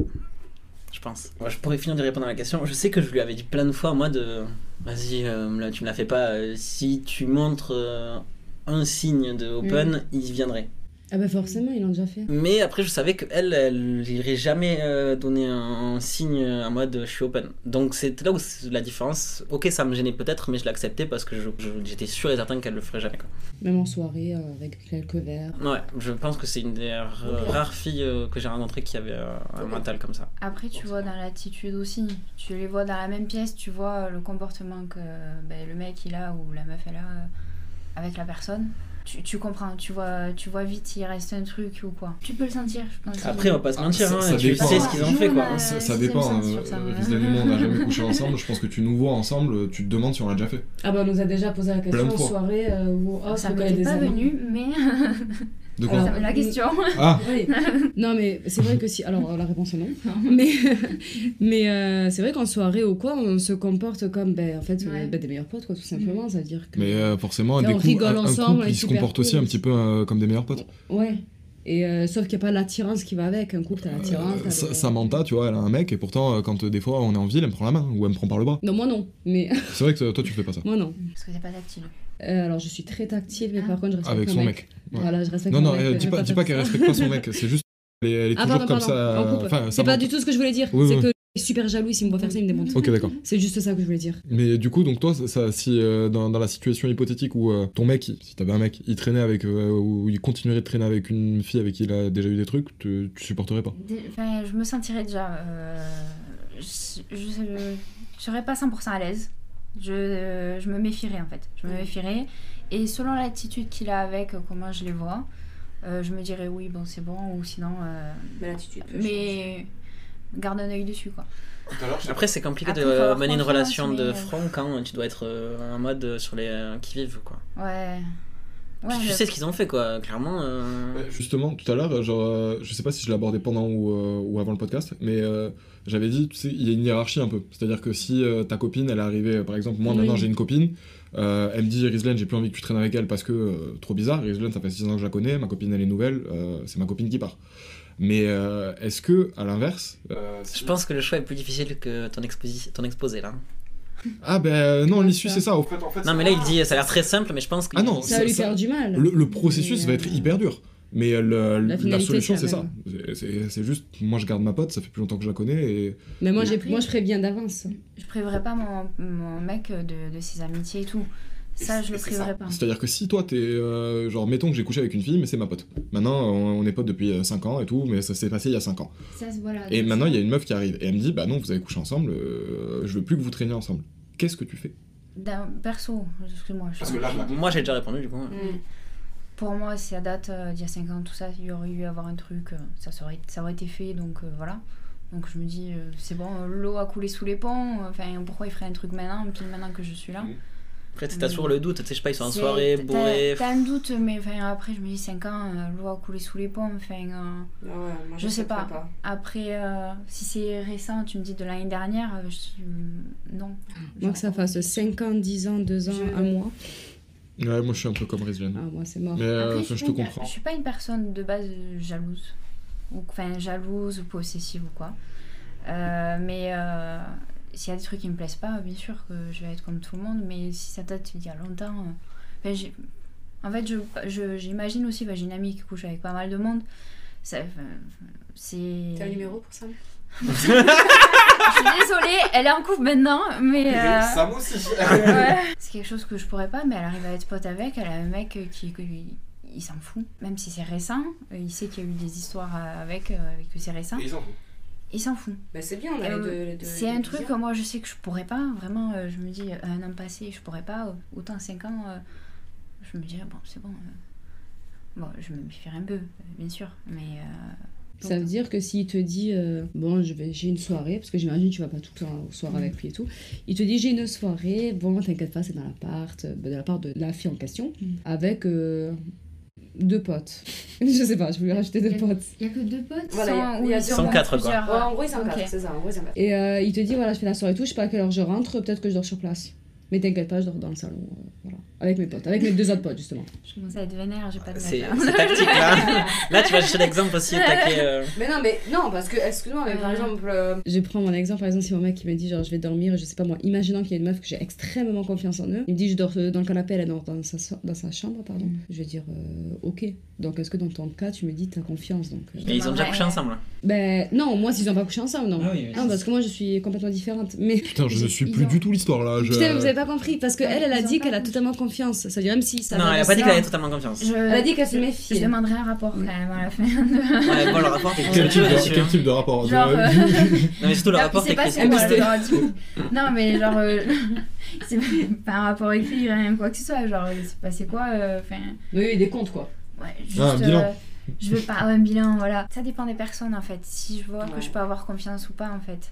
[SPEAKER 1] Je pense. Ouais, je pourrais finir de répondre à la question. Je sais que je lui avais dit plein de fois moi de... Vas-y, euh, là tu me la fais pas. euh, si tu montres euh, un signe de open,
[SPEAKER 2] Mm.
[SPEAKER 1] il viendrait.
[SPEAKER 3] Ah, bah forcément, ils l'ont déjà fait.
[SPEAKER 1] Mais après je savais qu'elle, elle irait jamais euh, donner un, un signe en mode euh, je suis open. Donc c'est là où c'est la différence. Ok ça me gênait peut-être mais je l'acceptais parce que je- je- j'étais sûr et certain qu'elle le ferait jamais. quoi.
[SPEAKER 3] Même en soirée, euh, avec quelques verres.
[SPEAKER 1] Ouais, je pense que c'est une des ra- rares filles euh, que j'ai rencontrées qui avait euh, un mental comme ça.
[SPEAKER 4] Après, tu vois dans l'attitude aussi. Tu les vois dans la même pièce, tu vois euh, le comportement que ben, le mec il a ou la meuf elle a euh, avec la personne. Tu, tu comprends, tu vois, tu vois vite s'il reste un truc ou quoi. Tu peux le sentir, je pense.
[SPEAKER 1] Après, on va pas se
[SPEAKER 2] Ah,
[SPEAKER 1] mentir,
[SPEAKER 2] ça-
[SPEAKER 1] hein,
[SPEAKER 2] ça
[SPEAKER 1] tu
[SPEAKER 2] dépend.
[SPEAKER 1] sais ce qu'ils ont fait quoi.
[SPEAKER 2] ça,
[SPEAKER 4] Euh,
[SPEAKER 2] ça
[SPEAKER 4] sixième
[SPEAKER 2] dépend
[SPEAKER 4] sens
[SPEAKER 2] euh,
[SPEAKER 4] sur ça, ouais.
[SPEAKER 2] Rizal et moi, on n'a jamais couché ensemble je pense que tu nous vois ensemble tu te demandes si on l'a déjà fait
[SPEAKER 3] Ah, bah, on nous a déjà posé la
[SPEAKER 2] Plein
[SPEAKER 3] question
[SPEAKER 2] de
[SPEAKER 3] en
[SPEAKER 2] fois.
[SPEAKER 3] soirée euh, ou oh,
[SPEAKER 4] ça
[SPEAKER 3] faut
[SPEAKER 4] m'était
[SPEAKER 3] qu'elle ait des
[SPEAKER 4] pas
[SPEAKER 3] amis.
[SPEAKER 4] venu, mais
[SPEAKER 2] De quoi
[SPEAKER 4] Alors, La question.
[SPEAKER 2] Ah.
[SPEAKER 3] Oui. Non, mais c'est vrai que si. Alors, euh, la réponse est non. Mais, mais euh, c'est vrai qu'en soirée ou quoi, on se comporte comme ben, en fait,
[SPEAKER 4] Ouais.
[SPEAKER 3] ben, des meilleurs potes, quoi, tout simplement. Ça veut dire que.
[SPEAKER 2] Mais euh, forcément,
[SPEAKER 3] Et
[SPEAKER 2] des
[SPEAKER 3] on
[SPEAKER 2] cou-
[SPEAKER 3] rigole
[SPEAKER 2] un, un
[SPEAKER 3] ensemble, on
[SPEAKER 2] couple,
[SPEAKER 3] est
[SPEAKER 2] ils se
[SPEAKER 3] super
[SPEAKER 2] comportent aussi
[SPEAKER 3] cool.
[SPEAKER 2] un petit peu euh, comme des meilleurs potes.
[SPEAKER 3] Ouais. Et euh, sauf qu'il n'y a pas l'attirance qui va avec. Un
[SPEAKER 2] Euh,
[SPEAKER 3] couple, t'as l'attirance. t'as
[SPEAKER 2] Sa-
[SPEAKER 3] le-
[SPEAKER 2] Samantha, tu vois, elle a un mec, et pourtant, euh, quand euh, des fois on est en ville, elle me prend la main ou elle me prend par le bras.
[SPEAKER 3] Non, moi non. Mais
[SPEAKER 2] C'est vrai que euh, toi, tu fais pas ça.
[SPEAKER 3] moi non.
[SPEAKER 4] Parce que t'es pas tactile.
[SPEAKER 3] Euh, alors, je suis très tactile, mais par contre, je respecte
[SPEAKER 2] Avec
[SPEAKER 3] mon
[SPEAKER 2] son mec. Ouais.
[SPEAKER 3] Voilà, je respecte
[SPEAKER 2] Non,
[SPEAKER 3] mon
[SPEAKER 2] non,
[SPEAKER 3] mec.
[SPEAKER 2] euh,
[SPEAKER 3] je
[SPEAKER 2] dis
[SPEAKER 3] vais
[SPEAKER 2] pas, dis
[SPEAKER 3] faire
[SPEAKER 2] pas qu'elle
[SPEAKER 3] ça.
[SPEAKER 2] respecte pas son mec, c'est juste. Elle est, elle est
[SPEAKER 3] Ah,
[SPEAKER 2] toujours
[SPEAKER 3] pardon,
[SPEAKER 2] comme
[SPEAKER 3] pardon.
[SPEAKER 2] ça.
[SPEAKER 3] on coupe.
[SPEAKER 2] enfin,
[SPEAKER 3] c'est pas
[SPEAKER 2] Samantha-
[SPEAKER 3] du tout ce que je voulais dire.
[SPEAKER 2] Oui,
[SPEAKER 3] c'est
[SPEAKER 2] oui.
[SPEAKER 3] que je suis super jaloux, s'il me voit faire ça, il me démonte.
[SPEAKER 2] Ok, d'accord.
[SPEAKER 3] C'est juste ça que je voulais dire.
[SPEAKER 2] Mais du coup, donc toi, ça, ça- si euh, dans, dans la situation hypothétique où euh, ton mec, il- si t'avais un mec, il traînait avec, euh, ou il continuerait de traîner avec une fille avec qui il a déjà eu des trucs, tu, tu supporterais pas.
[SPEAKER 4] Dé- Enfin, je me sentirais déjà. euh, je je- je serais pas 100% à l'aise. Je, euh, je me méfierais en fait. Je me
[SPEAKER 3] Ouais.
[SPEAKER 4] méfierais. Et selon l'attitude qu'il a avec, euh, comment je les vois, euh, je me dirais oui, bon, c'est bon, ou sinon. euh,
[SPEAKER 5] Mais l'attitude peut changer.
[SPEAKER 4] mais garde un œil dessus quoi.
[SPEAKER 8] Tout à l'heure, j'ai-
[SPEAKER 1] Après, c'est compliqué
[SPEAKER 4] Après,
[SPEAKER 1] de
[SPEAKER 4] faut avoir
[SPEAKER 1] mener une
[SPEAKER 4] confiance,
[SPEAKER 1] relation de
[SPEAKER 4] mais-
[SPEAKER 1] front quand tu dois être euh, en mode euh, sur les euh, qui-vive, quoi.
[SPEAKER 4] Ouais. Ouais,
[SPEAKER 1] tu
[SPEAKER 4] le-
[SPEAKER 1] sais ce qu'ils ont fait, quoi, clairement. euh,
[SPEAKER 2] Ouais, Justement, tout à l'heure, euh, genre, euh, je sais pas si je l'abordais pendant ou, euh, ou avant le podcast, mais euh, j'avais dit, tu sais, il y a une hiérarchie un peu. C'est-à-dire que si euh, ta copine, elle est arrivée, euh, par exemple, moi
[SPEAKER 3] Oui.
[SPEAKER 2] maintenant j'ai une copine, euh, elle me dit, Rizlen, j'ai plus envie que tu traînes avec elle parce que euh, trop bizarre, Rizlen, ça fait 6 ans que je la connais, ma copine elle est nouvelle, euh, c'est ma copine qui part. Mais euh, est-ce que, à l'inverse. euh, si-
[SPEAKER 1] Je pense que le choix est plus difficile que ton, exposi- ton exposé, là.
[SPEAKER 2] Ah ben euh, non,
[SPEAKER 3] Ouais,
[SPEAKER 2] l'issue
[SPEAKER 3] ça.
[SPEAKER 2] c'est ça. au fait.
[SPEAKER 8] En fait, en fait,
[SPEAKER 1] Non, mais là, il dit, ça a l'air très simple, mais je pense que.
[SPEAKER 2] Ah non,
[SPEAKER 3] Ça,
[SPEAKER 2] Ça-
[SPEAKER 3] va lui
[SPEAKER 2] ça-
[SPEAKER 3] faire du mal.
[SPEAKER 2] Le, le processus
[SPEAKER 3] Mais,
[SPEAKER 2] va être
[SPEAKER 3] euh,
[SPEAKER 2] hyper dur. Mais le-
[SPEAKER 3] La
[SPEAKER 2] la,
[SPEAKER 3] finalité,
[SPEAKER 2] solution,
[SPEAKER 3] c'est
[SPEAKER 2] c'est
[SPEAKER 3] la
[SPEAKER 2] ça. C'est- C'est c'est juste, moi je garde ma pote, ça fait plus longtemps que je la connais. Et...
[SPEAKER 3] Mais moi, j'ai-
[SPEAKER 4] Après-
[SPEAKER 3] moi je préviens d'avance.
[SPEAKER 4] Je priverais pas mon, mon mec de, de ses amitiés et tout.
[SPEAKER 8] Et
[SPEAKER 4] Ça,
[SPEAKER 8] c'est-
[SPEAKER 4] je le
[SPEAKER 8] et c'est
[SPEAKER 4] priverais
[SPEAKER 8] ça.
[SPEAKER 4] pas.
[SPEAKER 2] C'est-à-dire que si toi, t'es. euh, genre, mettons que j'ai couché avec une fille, mais c'est ma pote. Maintenant, on, on est potes depuis 5 ans et tout, mais ça s'est passé il y a 5 ans.
[SPEAKER 6] Ça, c'est-
[SPEAKER 4] Ah,
[SPEAKER 6] voilà.
[SPEAKER 2] Et
[SPEAKER 6] donc,
[SPEAKER 2] maintenant,
[SPEAKER 6] ça-
[SPEAKER 2] il y a une meuf qui arrive et elle me dit, bah non, vous avez couché ensemble, euh, je veux plus que vous traîniez ensemble. Qu'est-ce que tu fais
[SPEAKER 4] D'un- Perso, excuse-moi. je-
[SPEAKER 8] Parce que là,
[SPEAKER 1] Moi, j'ai déjà répondu, du coup.
[SPEAKER 4] Mm. Pour moi, si à date, euh, d'il y a 5 ans, tout ça, il y aurait eu à avoir un truc, euh, ça, serait, ça aurait été fait, donc euh, voilà. Donc je me dis, euh, c'est bon, euh, l'eau a coulé sous les ponts, euh, enfin pourquoi il ferait un truc maintenant, pile maintenant que je suis là
[SPEAKER 1] Après, t'as
[SPEAKER 4] Mm.
[SPEAKER 1] toujours le doute, tu sais, je sais pas, ils sont en
[SPEAKER 4] C'est-
[SPEAKER 1] soirée,
[SPEAKER 4] t'as-
[SPEAKER 1] bourrés.
[SPEAKER 4] T'as un doute, mais enfin, après je me dis 5 ans, euh, l'eau a coulé sous les ponts, enfin. euh,
[SPEAKER 5] Ah ouais, moi,
[SPEAKER 4] Je sais pas.
[SPEAKER 5] l'accepterais
[SPEAKER 4] après, euh, si c'est récent, tu me dis de l'année dernière, euh, je suis. Non.
[SPEAKER 3] Moi, que ça fasse 5 ans, 10 ans, 2 ans,
[SPEAKER 5] Je-
[SPEAKER 3] 1 mois.
[SPEAKER 2] Ouais, moi je suis un peu comme Rizlan.
[SPEAKER 3] Ah, moi, c'est mort.
[SPEAKER 2] Mais euh,
[SPEAKER 4] Après,
[SPEAKER 2] enfin, je
[SPEAKER 4] suis
[SPEAKER 2] te
[SPEAKER 4] pas une-
[SPEAKER 2] comprends.
[SPEAKER 4] Je suis pas une personne de base euh, jalouse. Ou, enfin, jalouse ou possessive ou quoi. Euh, mais euh, s'il y a des trucs qui me plaisent pas, bien sûr que je vais être comme tout le monde. Mais si ça date d'il y a longtemps. euh, enfin, j'ai- en fait, je- je- j'imagine aussi, enfin, j'ai une amie qui couche avec pas mal de monde. Ça, enfin, c'est.
[SPEAKER 5] T'as un numéro pour ça
[SPEAKER 4] Je suis désolée, elle est en couple maintenant, mais. euh,
[SPEAKER 8] Sam aussi.
[SPEAKER 4] Ouais. C'est quelque chose que je pourrais pas, mais elle arrive à être pote avec. Elle a un mec qui. qui- il s'en fout. Même si c'est récent, euh, il sait qu'il y a eu des histoires euh, avec, euh, avec que c'est récent.
[SPEAKER 8] Et ils en font.
[SPEAKER 4] Il s'en fout.
[SPEAKER 5] Bah c'est bien, on a
[SPEAKER 4] Euh,
[SPEAKER 5] les deux. les deux-
[SPEAKER 4] C'est
[SPEAKER 5] les
[SPEAKER 4] un
[SPEAKER 5] deux
[SPEAKER 4] truc,
[SPEAKER 5] visions.
[SPEAKER 4] euh, moi je sais que je pourrais pas. Vraiment, euh, je me dis, euh, un an passé, je pourrais pas. euh, Autant 5 ans, euh, je me dirais, bon, c'est bon. euh, Bon, je me méfierais un peu, euh, bien sûr, mais. euh,
[SPEAKER 3] Ça veut dire que s'il te dit, euh, bon, je vais- j'ai une soirée, parce que j'imagine tu vas pas tout le temps au soir avec lui et tout, il te dit, j'ai une soirée, bon, t'inquiète pas, c'est dans l'appart, euh, de la part de la fille en question,
[SPEAKER 5] Mm.
[SPEAKER 3] avec euh, deux potes. je sais pas, je voulais rajouter deux potes.
[SPEAKER 6] Il y a que deux potes.
[SPEAKER 5] Voilà, il y a-
[SPEAKER 4] ou
[SPEAKER 5] il y a
[SPEAKER 4] ils
[SPEAKER 5] sûrement
[SPEAKER 4] sont
[SPEAKER 1] quatre, quoi.
[SPEAKER 7] Ah,
[SPEAKER 4] plusieurs, euh,
[SPEAKER 5] Ouais, en gros, ils en
[SPEAKER 4] ok.
[SPEAKER 5] quatre, c'est ça, en gros, ils en quatre.
[SPEAKER 3] Et euh, il te dit, voilà, je fais la soirée et tout, je sais pas à quelle heure je rentre, peut-être que je dors sur place. Mais t'inquiète pas, je dors dans le salon, euh, voilà. Avec mes potes, avec mes deux autres potes, justement.
[SPEAKER 4] Je commence à être vénère, j'ai pas de
[SPEAKER 1] C'est
[SPEAKER 4] mec, hein.
[SPEAKER 1] c'est tactique, là. là, tu vas chercher l'exemple aussi, au taquet. euh.
[SPEAKER 5] Mais non, mais non, parce que, excuse-moi, mais
[SPEAKER 7] Ah.
[SPEAKER 5] par
[SPEAKER 4] Ouais.
[SPEAKER 5] exemple, euh,
[SPEAKER 3] Je prends mon exemple, par exemple, si mon mec il me dit, genre, je vais dormir, je sais pas moi, imaginant qu'il y a une meuf que j'ai extrêmement confiance en eux, il me dit, je dors euh, dans le canapé, elle dort dans sa, so- dans sa chambre, pardon.
[SPEAKER 7] Mm.
[SPEAKER 3] Je vais dire, euh, ok. Donc, est-ce que dans ton cas, tu me dis, t'as confiance donc euh,
[SPEAKER 1] Et ils ont déjà couché ensemble.
[SPEAKER 3] Ben, non, moi, s'ils ont pas couché ensemble, non.
[SPEAKER 7] Ah oui, oui.
[SPEAKER 3] Non, parce que moi, je suis complètement différente. Mais.
[SPEAKER 2] Putain, je ne suis
[SPEAKER 6] Ils
[SPEAKER 2] plus
[SPEAKER 6] ont-
[SPEAKER 2] du tout l'histoire là. Je...
[SPEAKER 3] Putain, vous avez pas compris, parce que
[SPEAKER 4] Ah,
[SPEAKER 3] elle, elle a
[SPEAKER 4] ils ont
[SPEAKER 3] dit
[SPEAKER 4] pas
[SPEAKER 3] qu'elle a
[SPEAKER 4] compris.
[SPEAKER 3] totalement confiance. Ça veut dire même si ça.
[SPEAKER 1] non,
[SPEAKER 3] va
[SPEAKER 1] elle a
[SPEAKER 3] de
[SPEAKER 1] pas dit
[SPEAKER 3] ça-
[SPEAKER 1] qu'elle avait totalement confiance.
[SPEAKER 4] Je-
[SPEAKER 5] elle a dit qu'elle se méfie.
[SPEAKER 4] Je demanderai un rapport quand même à la fin. de-
[SPEAKER 1] Ouais, bon, le rapport, t'es
[SPEAKER 2] Quel, type
[SPEAKER 1] cultivé
[SPEAKER 2] de,
[SPEAKER 1] dessus.
[SPEAKER 2] quel
[SPEAKER 1] hein.
[SPEAKER 2] type de rapport
[SPEAKER 4] Genre,
[SPEAKER 2] Euh,
[SPEAKER 4] euh,
[SPEAKER 1] Non, mais surtout, le
[SPEAKER 4] Non,
[SPEAKER 1] rapport,
[SPEAKER 4] Ah, c'est
[SPEAKER 1] t'es
[SPEAKER 4] pas
[SPEAKER 1] écrit.
[SPEAKER 4] sur moi, je leur dis. Non, mais genre, euh, c'est pas- pas un rapport écrit, rien, quoi que ce soit. Genre, il s'est passé quoi euh, Enfin,
[SPEAKER 3] Oui, oui, des comptes, quoi.
[SPEAKER 4] ouais, juste.
[SPEAKER 2] Ah, un bilan.
[SPEAKER 4] euh, je veux pas. ouais, un bilan, voilà. Ça dépend des personnes, en fait. Si je vois
[SPEAKER 5] Ouais.
[SPEAKER 4] que je peux avoir confiance ou pas, en fait.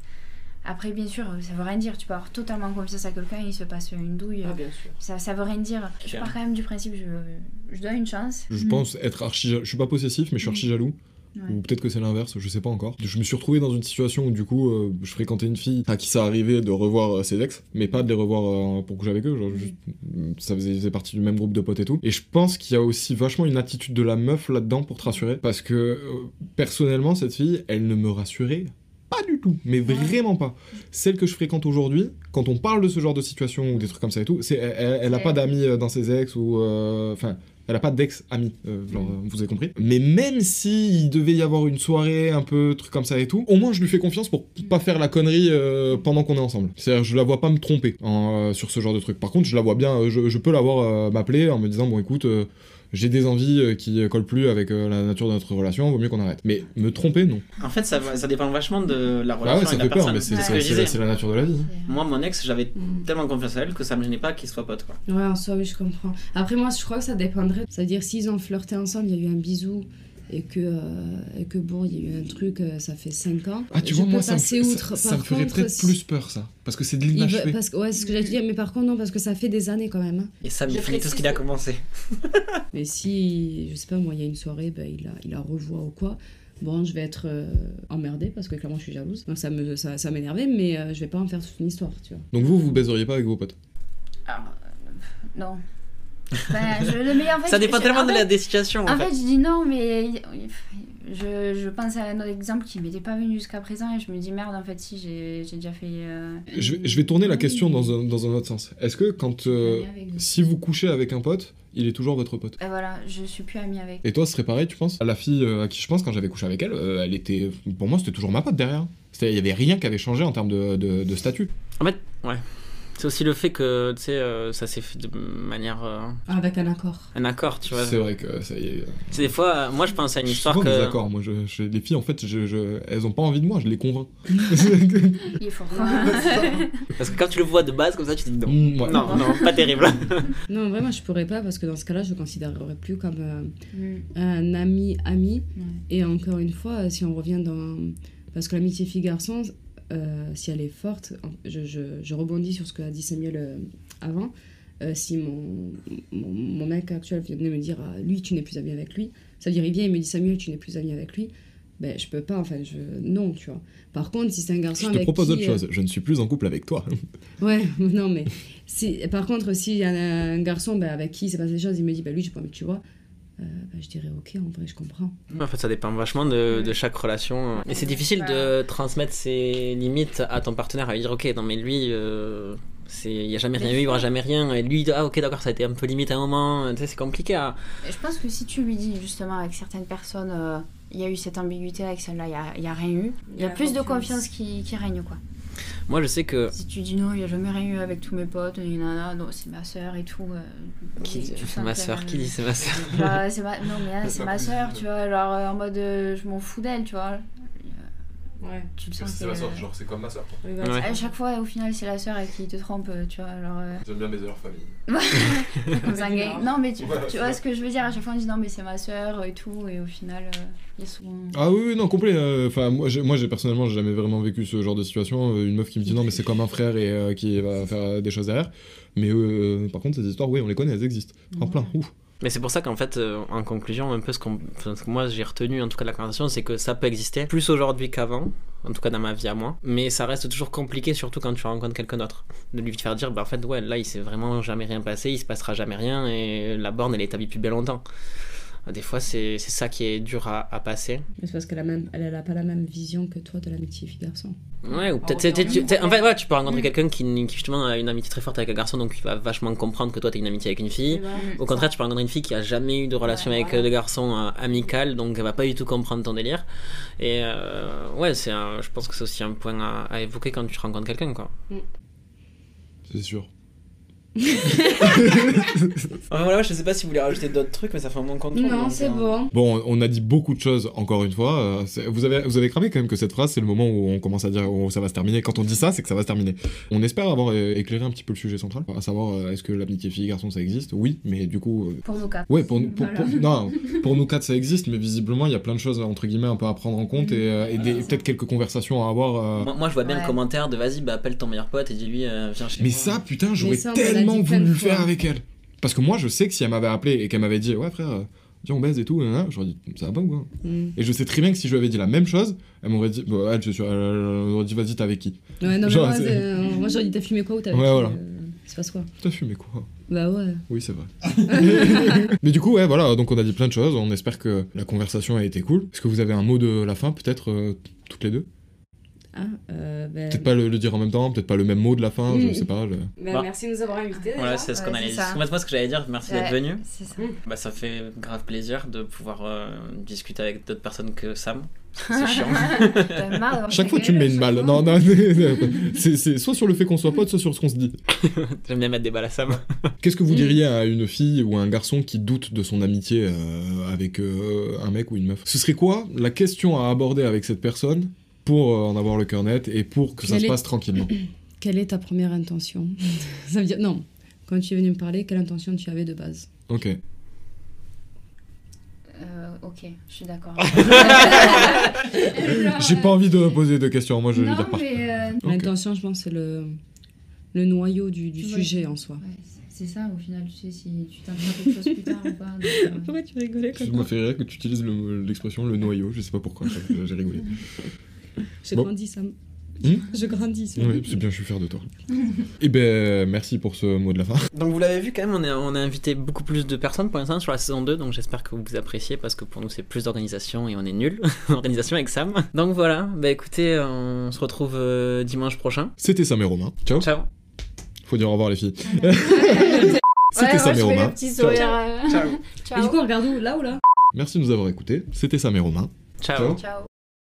[SPEAKER 4] Après, bien sûr, ça veut rien dire. Tu peux avoir totalement confiance à quelqu'un, il se passe une douille.
[SPEAKER 11] Ah, bien sûr.
[SPEAKER 4] Ça, ça veut rien dire. Je
[SPEAKER 2] Claire.
[SPEAKER 4] pars quand même du principe, je, je donne une chance.
[SPEAKER 2] Je
[SPEAKER 4] Mm.
[SPEAKER 2] pense être archi. Je suis pas possessif, mais je suis archi jaloux.
[SPEAKER 4] Ouais.
[SPEAKER 2] Ou peut-être que c'est l'inverse, je sais pas encore. Je me suis retrouvé dans une situation où du coup, euh, je fréquentais une fille à qui ça arrivait de revoir euh, ses ex, mais pas de les revoir euh, pour coucher avec eux. genre, juste, euh, ça faisait, ils faisaient partie du même groupe de potes et tout. Et je pense qu'il y a aussi vachement une attitude de la meuf là-dedans pour te rassurer, parce que euh, personnellement, cette fille, elle ne me rassurait pas du tout, mais vraiment pas. Celle que je fréquente aujourd'hui, quand on parle de ce genre de situation ou des trucs comme ça et tout, c'est elle, elle- elle a pas d'amis euh, dans ses ex ou euh, enfin. elle a pas d'ex amis,
[SPEAKER 3] Mm.
[SPEAKER 2] vous avez compris. Mais même si il devait y avoir une soirée un peu truc comme ça et tout, au moins je lui fais confiance pour
[SPEAKER 3] Mm.
[SPEAKER 2] pas faire la connerie euh, pendant qu'on est ensemble. C'est-à-dire je la vois pas me tromper en, euh, sur ce genre de truc. Par contre je la vois bien, euh, je, je peux la voir euh, m'appeler en me disant bon écoute euh, j'ai des envies euh, qui euh, collent plus avec euh, la nature de notre relation, vaut mieux qu'on arrête. Mais me tromper non.
[SPEAKER 1] En fait, ça, va- ça dépend vachement de la
[SPEAKER 2] Bah
[SPEAKER 1] relation
[SPEAKER 2] ouais
[SPEAKER 1] et
[SPEAKER 2] ça
[SPEAKER 1] de la
[SPEAKER 2] fait peur
[SPEAKER 1] personne.
[SPEAKER 2] mais c'est
[SPEAKER 1] C'est ce
[SPEAKER 2] c'est-
[SPEAKER 1] que je
[SPEAKER 2] c'est la-
[SPEAKER 1] disais.
[SPEAKER 2] c'est la nature de la vie. hein.
[SPEAKER 4] euh,
[SPEAKER 1] Moi, mon ex, j'avais tellement confiance à elle que ça me gênait pas qu'ils soient potes. Quoi.
[SPEAKER 3] Ouais, en soi, oui, je comprends. Après, moi, je crois que ça dépendrait. C'est-à-dire, s'ils ont flirté ensemble, il y a eu un bisou. Et que, euh, et que bon, il y a eu un truc, euh, ça fait 5 ans.
[SPEAKER 2] Ah tu
[SPEAKER 3] Je
[SPEAKER 2] vois
[SPEAKER 3] peux
[SPEAKER 2] moi ça me,
[SPEAKER 3] passer
[SPEAKER 2] ça-
[SPEAKER 3] outre.
[SPEAKER 2] ça
[SPEAKER 3] Par
[SPEAKER 2] me ferait
[SPEAKER 3] contre,
[SPEAKER 2] peut-être
[SPEAKER 3] si-
[SPEAKER 2] plus peur ça parce que c'est de
[SPEAKER 3] il
[SPEAKER 2] l'inachevé.
[SPEAKER 3] veut- parce que, ouais, c'est ce que j'allais dire, mais par contre, non, parce que ça fait des années quand même. hein.
[SPEAKER 1] Et ça me finit tout ce qu'il a commencé.
[SPEAKER 3] Mais si, je sais pas, moi, il y a une soirée, ben, il, la, il la revoit ou quoi, bon, je vais être euh, emmerdée parce que clairement, je suis jalouse. Donc ça me ça, ça m'énervait, mais euh, je vais pas en faire toute une histoire, tu vois.
[SPEAKER 2] Donc vous vous baiseriez pas avec vos potes.
[SPEAKER 4] Alors, euh, non. Ben, je le mets en fait.
[SPEAKER 1] ça dépend
[SPEAKER 4] je- ah
[SPEAKER 1] tellement
[SPEAKER 4] en
[SPEAKER 1] de la
[SPEAKER 4] fait-
[SPEAKER 1] des situations.
[SPEAKER 4] En fait, je dis non, mais je, je pense à un autre exemple qui m'était pas venu jusqu'à présent et je me dis merde, en fait, si, j'ai j'ai déjà fait. euh,
[SPEAKER 2] Je vais, je vais tourner la question dans un, dans un autre sens. Est-ce que quand euh, si vous couchez avec un pote, il est toujours votre pote
[SPEAKER 4] Et voilà, je suis plus amie avec.
[SPEAKER 2] Et toi, ce serait pareil, tu penses La fille euh, à qui je pense quand j'avais couché avec elle, euh, elle était, pour moi, c'était toujours ma pote derrière. C'est-à-dire, Il y avait rien qui avait changé en termes de, de- de statut.
[SPEAKER 1] En fait, ouais. C'est aussi le fait que, tu sais, euh, ça s'est fait de manière. euh,
[SPEAKER 3] Ah, Avec un accord.
[SPEAKER 1] un accord, tu vois.
[SPEAKER 2] C'est vrai que ça y est. euh,
[SPEAKER 1] C'est des fois, euh, moi, je pense à une
[SPEAKER 2] je suis
[SPEAKER 1] histoire
[SPEAKER 2] souvent
[SPEAKER 1] que.
[SPEAKER 2] désaccord. Moi, je- je- les filles, en fait, je- je- elles ont pas envie de moi. Je les convainc.
[SPEAKER 4] Il est fort.
[SPEAKER 1] Parce que quand tu le vois de base comme ça, tu te dis non.
[SPEAKER 2] Mm, ouais.
[SPEAKER 1] Non, non, pas terrible.
[SPEAKER 3] Non, vraiment, je pourrais pas parce que dans ce cas-là, je le considérerais plus comme euh,
[SPEAKER 4] Mm.
[SPEAKER 3] un ami-ami. Et encore une fois, euh, si on revient dans. Parce que l'amitié fille-garçon, euh, si elle est forte, en- je, je- je rebondis sur ce qu'a dit Samuel euh, avant. Euh, si mon, mon, mon mec actuel venait me dire Ah, lui, tu n'es plus ami avec lui, ça veut dire il vient et me dit Samuel, tu n'es plus ami avec lui. Ben, je peux pas, enfin, je... non, tu vois. Par contre, si c'est un garçon
[SPEAKER 2] Je te
[SPEAKER 3] avec
[SPEAKER 2] propose
[SPEAKER 3] qui,
[SPEAKER 2] autre
[SPEAKER 3] euh,
[SPEAKER 2] chose. Je ne suis plus en couple avec toi.
[SPEAKER 3] Ouais, non, mais si, par contre, s'il y a un garçon bah, avec qui il s'est passé des choses, il me dit, bah lui, j'ai pas envie que tu vois, euh, bah, je dirais, ok, en vrai, je comprends.
[SPEAKER 1] En fait, ça dépend vachement de, de chaque relation. Et c'est difficile de transmettre ses limites à ton partenaire, à lui dire ok, non mais lui, euh, c'est- il n'y a jamais rien eu, il n'y aura jamais rien. Et lui, ah ok, d'accord, ça a été un peu limite à un moment. Tu sais, c'est compliqué à.
[SPEAKER 4] Et Je pense que si tu lui dis justement avec certaines personnes, euh, il y a eu cette ambiguïté avec celle-là, il n'y a, il y a rien eu, il y a
[SPEAKER 11] la
[SPEAKER 4] plus de
[SPEAKER 11] confiance.
[SPEAKER 4] confiance qui, qui règne quoi.
[SPEAKER 1] Moi, je sais que.
[SPEAKER 4] Si tu dis non, il n'y a jamais rien eu avec tous mes potes, et nanana, non, c'est ma soeur et tout. euh,
[SPEAKER 1] Qui dit-
[SPEAKER 4] tu sens
[SPEAKER 1] c'est ma
[SPEAKER 4] que-
[SPEAKER 1] sœur, qui dit c'est ma sœur
[SPEAKER 4] Genre, c'est ma- Non, mais là, c'est
[SPEAKER 1] Ma
[SPEAKER 4] ma
[SPEAKER 1] cousine.
[SPEAKER 4] soeur, tu vois, genre euh, en mode euh, je m'en fous d'elle, tu vois. Ouais. Tu le sens.
[SPEAKER 8] Parce que c'est
[SPEAKER 4] que-
[SPEAKER 8] ma soeur, genre c'est comme ma soeur. quoi.
[SPEAKER 4] À chaque fois, au final, c'est la soeur qui te trompe, euh, tu vois. Alors, euh,
[SPEAKER 8] J'aime bien mes heures famille.
[SPEAKER 4] comme ça, gay. Non, mais tu,
[SPEAKER 8] Voilà,
[SPEAKER 4] tu
[SPEAKER 8] c'est
[SPEAKER 4] vois
[SPEAKER 8] ça.
[SPEAKER 4] ce que je veux dire. À chaque fois, on dit non, mais c'est ma soeur et tout. Et au final, euh, ils sont.
[SPEAKER 2] Ah oui, oui, non, complet. euh, Enfin, moi, j'ai, moi, j'ai personnellement j'ai jamais vraiment vécu ce genre de situation. Euh, Une meuf qui me dit non, mais c'est comme un frère et euh, qui va faire euh, des choses derrière. Mais euh, par contre, ces histoires, oui, on les connaît, elles existent. En plein, ouf.
[SPEAKER 1] Mais c'est pour ça qu'en fait, euh, en conclusion, un peu ce, qu'on- enfin, ce que moi j'ai retenu en tout cas de la conversation, c'est que ça peut exister plus aujourd'hui qu'avant, en tout cas dans ma vie à moi, mais ça reste toujours compliqué, surtout quand tu rencontres quelqu'un d'autre. De lui faire dire, bah en fait, ouais, là il s'est vraiment jamais rien passé, il se passera jamais rien, et la borne elle est établie depuis bien longtemps. Euh, Des fois, c'est c'est ça qui est dur à, à passer.
[SPEAKER 3] Mais c'est parce qu'elle a, même, elle, elle a pas la même vision que toi de l'amitié fille-garçon.
[SPEAKER 1] Ouais, ou peut-être. tu- tu- tu- En fait, ouais, tu peux rencontrer quelqu'un qui, qui, justement a une amitié très forte avec un garçon, donc il va vachement comprendre que toi t'as une amitié avec une fille. Au contraire, tu peux rencontrer une fille qui a jamais eu de relation avec euh, le garçon euh, amical, donc elle va pas du tout comprendre ton délire. Et euh, ouais, c'est un- je pense que c'est aussi un point à, à évoquer quand tu rencontres quelqu'un, quoi.
[SPEAKER 2] C'est sûr.
[SPEAKER 1] Enfin, voilà, je sais pas si vous voulez rajouter d'autres trucs, mais ça fait un bon hein. compte.
[SPEAKER 3] Non, c'est bon.
[SPEAKER 2] Bon, on a dit beaucoup de choses, encore une fois. euh, c'est- vous, avez, vous avez cramé quand même que cette phrase, c'est le moment où on commence à dire où ça va se terminer. Quand on dit ça, c'est que ça va se terminer. On espère avoir euh, éclairé un petit peu le sujet central, à savoir euh, est-ce que l'amitié fille-garçon ça existe Oui, mais du coup. euh,
[SPEAKER 4] Pour nous quatre.
[SPEAKER 2] Ouais, pour, nous- pour,
[SPEAKER 4] Voilà.
[SPEAKER 2] pour- non, pour nous quatre ça existe, mais visiblement il y a plein de choses entre guillemets un peu à prendre en
[SPEAKER 1] Mm.
[SPEAKER 2] compte et, euh,
[SPEAKER 1] Ah,
[SPEAKER 2] et des- peut-être quelques conversations à avoir. euh.
[SPEAKER 1] Moi, moi, je vois bien
[SPEAKER 2] Ouais.
[SPEAKER 1] le commentaire de vas-y, bah, appelle ton meilleur pote et dis-lui, euh, viens chez
[SPEAKER 2] Mais
[SPEAKER 1] moi.
[SPEAKER 2] ça, putain, j'aurais
[SPEAKER 1] ça, on me l'a
[SPEAKER 2] tellement
[SPEAKER 1] dit plein de
[SPEAKER 2] voulu le faire
[SPEAKER 1] fois.
[SPEAKER 2] avec elle. Parce que moi, je sais que si elle m'avait appelé et qu'elle m'avait dit, ouais, frère, euh, viens, on baise et tout, nanana, j'aurais dit, ça va pas ou quoi
[SPEAKER 3] Mm.
[SPEAKER 2] Et je sais très bien que si je lui avais dit la même chose, elle m'aurait dit, bah, elle, je suis sûr, elle, elle, elle m'aurait dit, vas-y, t'es avec qui
[SPEAKER 3] Ouais, non, mais
[SPEAKER 2] Genre,
[SPEAKER 3] moi,
[SPEAKER 2] c'est-
[SPEAKER 3] c'est- euh, moi j'aurais dit t'as fumé quoi ou t'as euh,
[SPEAKER 2] Ouais, voilà.
[SPEAKER 3] C'est pas quoi
[SPEAKER 2] T'as fumé quoi
[SPEAKER 3] Bah ouais.
[SPEAKER 2] Oui, c'est vrai. Mais du coup, ouais, voilà, donc on a dit plein de choses. On espère que la conversation a été cool. Est-ce que vous avez un mot de la fin, peut-être, euh, toutes les deux
[SPEAKER 3] Ah, euh, bah,
[SPEAKER 2] Peut-être pas le, le dire en même temps, peut-être pas le même mot de la fin, je
[SPEAKER 3] Mm.
[SPEAKER 2] sais pas. le-
[SPEAKER 3] bah,
[SPEAKER 1] Bah.
[SPEAKER 3] Merci de nous avoir invités. déjà.
[SPEAKER 1] Voilà, c'est ce qu'on allait dire. En fait, moi, ce que j'allais dire, merci
[SPEAKER 3] Ouais,
[SPEAKER 1] d'être venu.
[SPEAKER 4] c'est ça.
[SPEAKER 1] Bah, ça fait grave plaisir de pouvoir euh, discuter avec d'autres personnes que Sam. C'est chiant.
[SPEAKER 4] T'as marre d'avoir
[SPEAKER 2] Chaque
[SPEAKER 4] ta
[SPEAKER 2] fois, tu me mets une balle. Non, non, c'est c'est soit sur le fait qu'on soit potes, soit sur ce qu'on se dit.
[SPEAKER 1] J'aime bien mettre des balles à Sam.
[SPEAKER 2] Qu'est-ce que vous
[SPEAKER 3] Mm.
[SPEAKER 2] diriez à une fille ou à un garçon qui doute de son amitié euh, avec euh, un mec ou une meuf Ce serait quoi la question à aborder avec cette personne pour euh, en avoir le cœur net et pour que ça
[SPEAKER 3] Quelle
[SPEAKER 2] se
[SPEAKER 3] est-
[SPEAKER 2] passe tranquillement
[SPEAKER 3] Quelle est ta première intention Ça veut dire. Non. Quand tu es venu me parler, quelle intention tu avais de base
[SPEAKER 2] Ok.
[SPEAKER 4] Euh, ok, je suis d'accord.
[SPEAKER 2] Ah, J'ai pas envie de poser de questions, moi je vais
[SPEAKER 3] euh, Non,
[SPEAKER 2] dire par
[SPEAKER 4] mais, euh,
[SPEAKER 2] Ok.
[SPEAKER 3] L'intention, je pense, c'est le, le noyau du, du
[SPEAKER 12] Tu vois,
[SPEAKER 3] sujet en
[SPEAKER 4] euh,
[SPEAKER 3] soi.
[SPEAKER 12] ouais, c'est- c'est ça, au final, tu sais si tu t'inventes quelque chose plus tard ou pas. donc, euh,
[SPEAKER 3] Pourquoi tu rigolais
[SPEAKER 2] Ça m'a fait rire que tu utilises le- l'expression le, noyau, je sais pas pourquoi, j'ai- j'ai rigolé.
[SPEAKER 3] Je
[SPEAKER 2] Bon.
[SPEAKER 3] grandis, Sam.
[SPEAKER 2] Hmm
[SPEAKER 3] Je grandis, Sam.
[SPEAKER 2] Oui, c'est bien, je suis fier de toi. Et ben, merci pour ce mot de la fin.
[SPEAKER 1] Donc vous l'avez vu quand même, on, est- on a invité beaucoup plus de personnes pour l'instant sur la saison 2, donc j'espère que vous appréciez parce que pour nous c'est plus d'organisation et on est nul en organisation avec Sam. Donc voilà, bah écoutez, on se retrouve euh, dimanche prochain.
[SPEAKER 2] C'était Sam et Romain. Ciao.
[SPEAKER 1] Ciao.
[SPEAKER 2] Faut dire au revoir les filles.
[SPEAKER 4] Ouais,
[SPEAKER 2] C'était
[SPEAKER 4] moi,
[SPEAKER 2] Sam et
[SPEAKER 4] je fais
[SPEAKER 2] Romain.
[SPEAKER 4] le petit
[SPEAKER 2] Ciao.
[SPEAKER 4] sourire, euh,
[SPEAKER 1] Ciao.
[SPEAKER 3] Et du coup, on regarde où Là ou là
[SPEAKER 2] Merci de nous avoir écoutés. C'était Sam et Romain.
[SPEAKER 1] Ciao.
[SPEAKER 2] Ciao.
[SPEAKER 4] Ciao.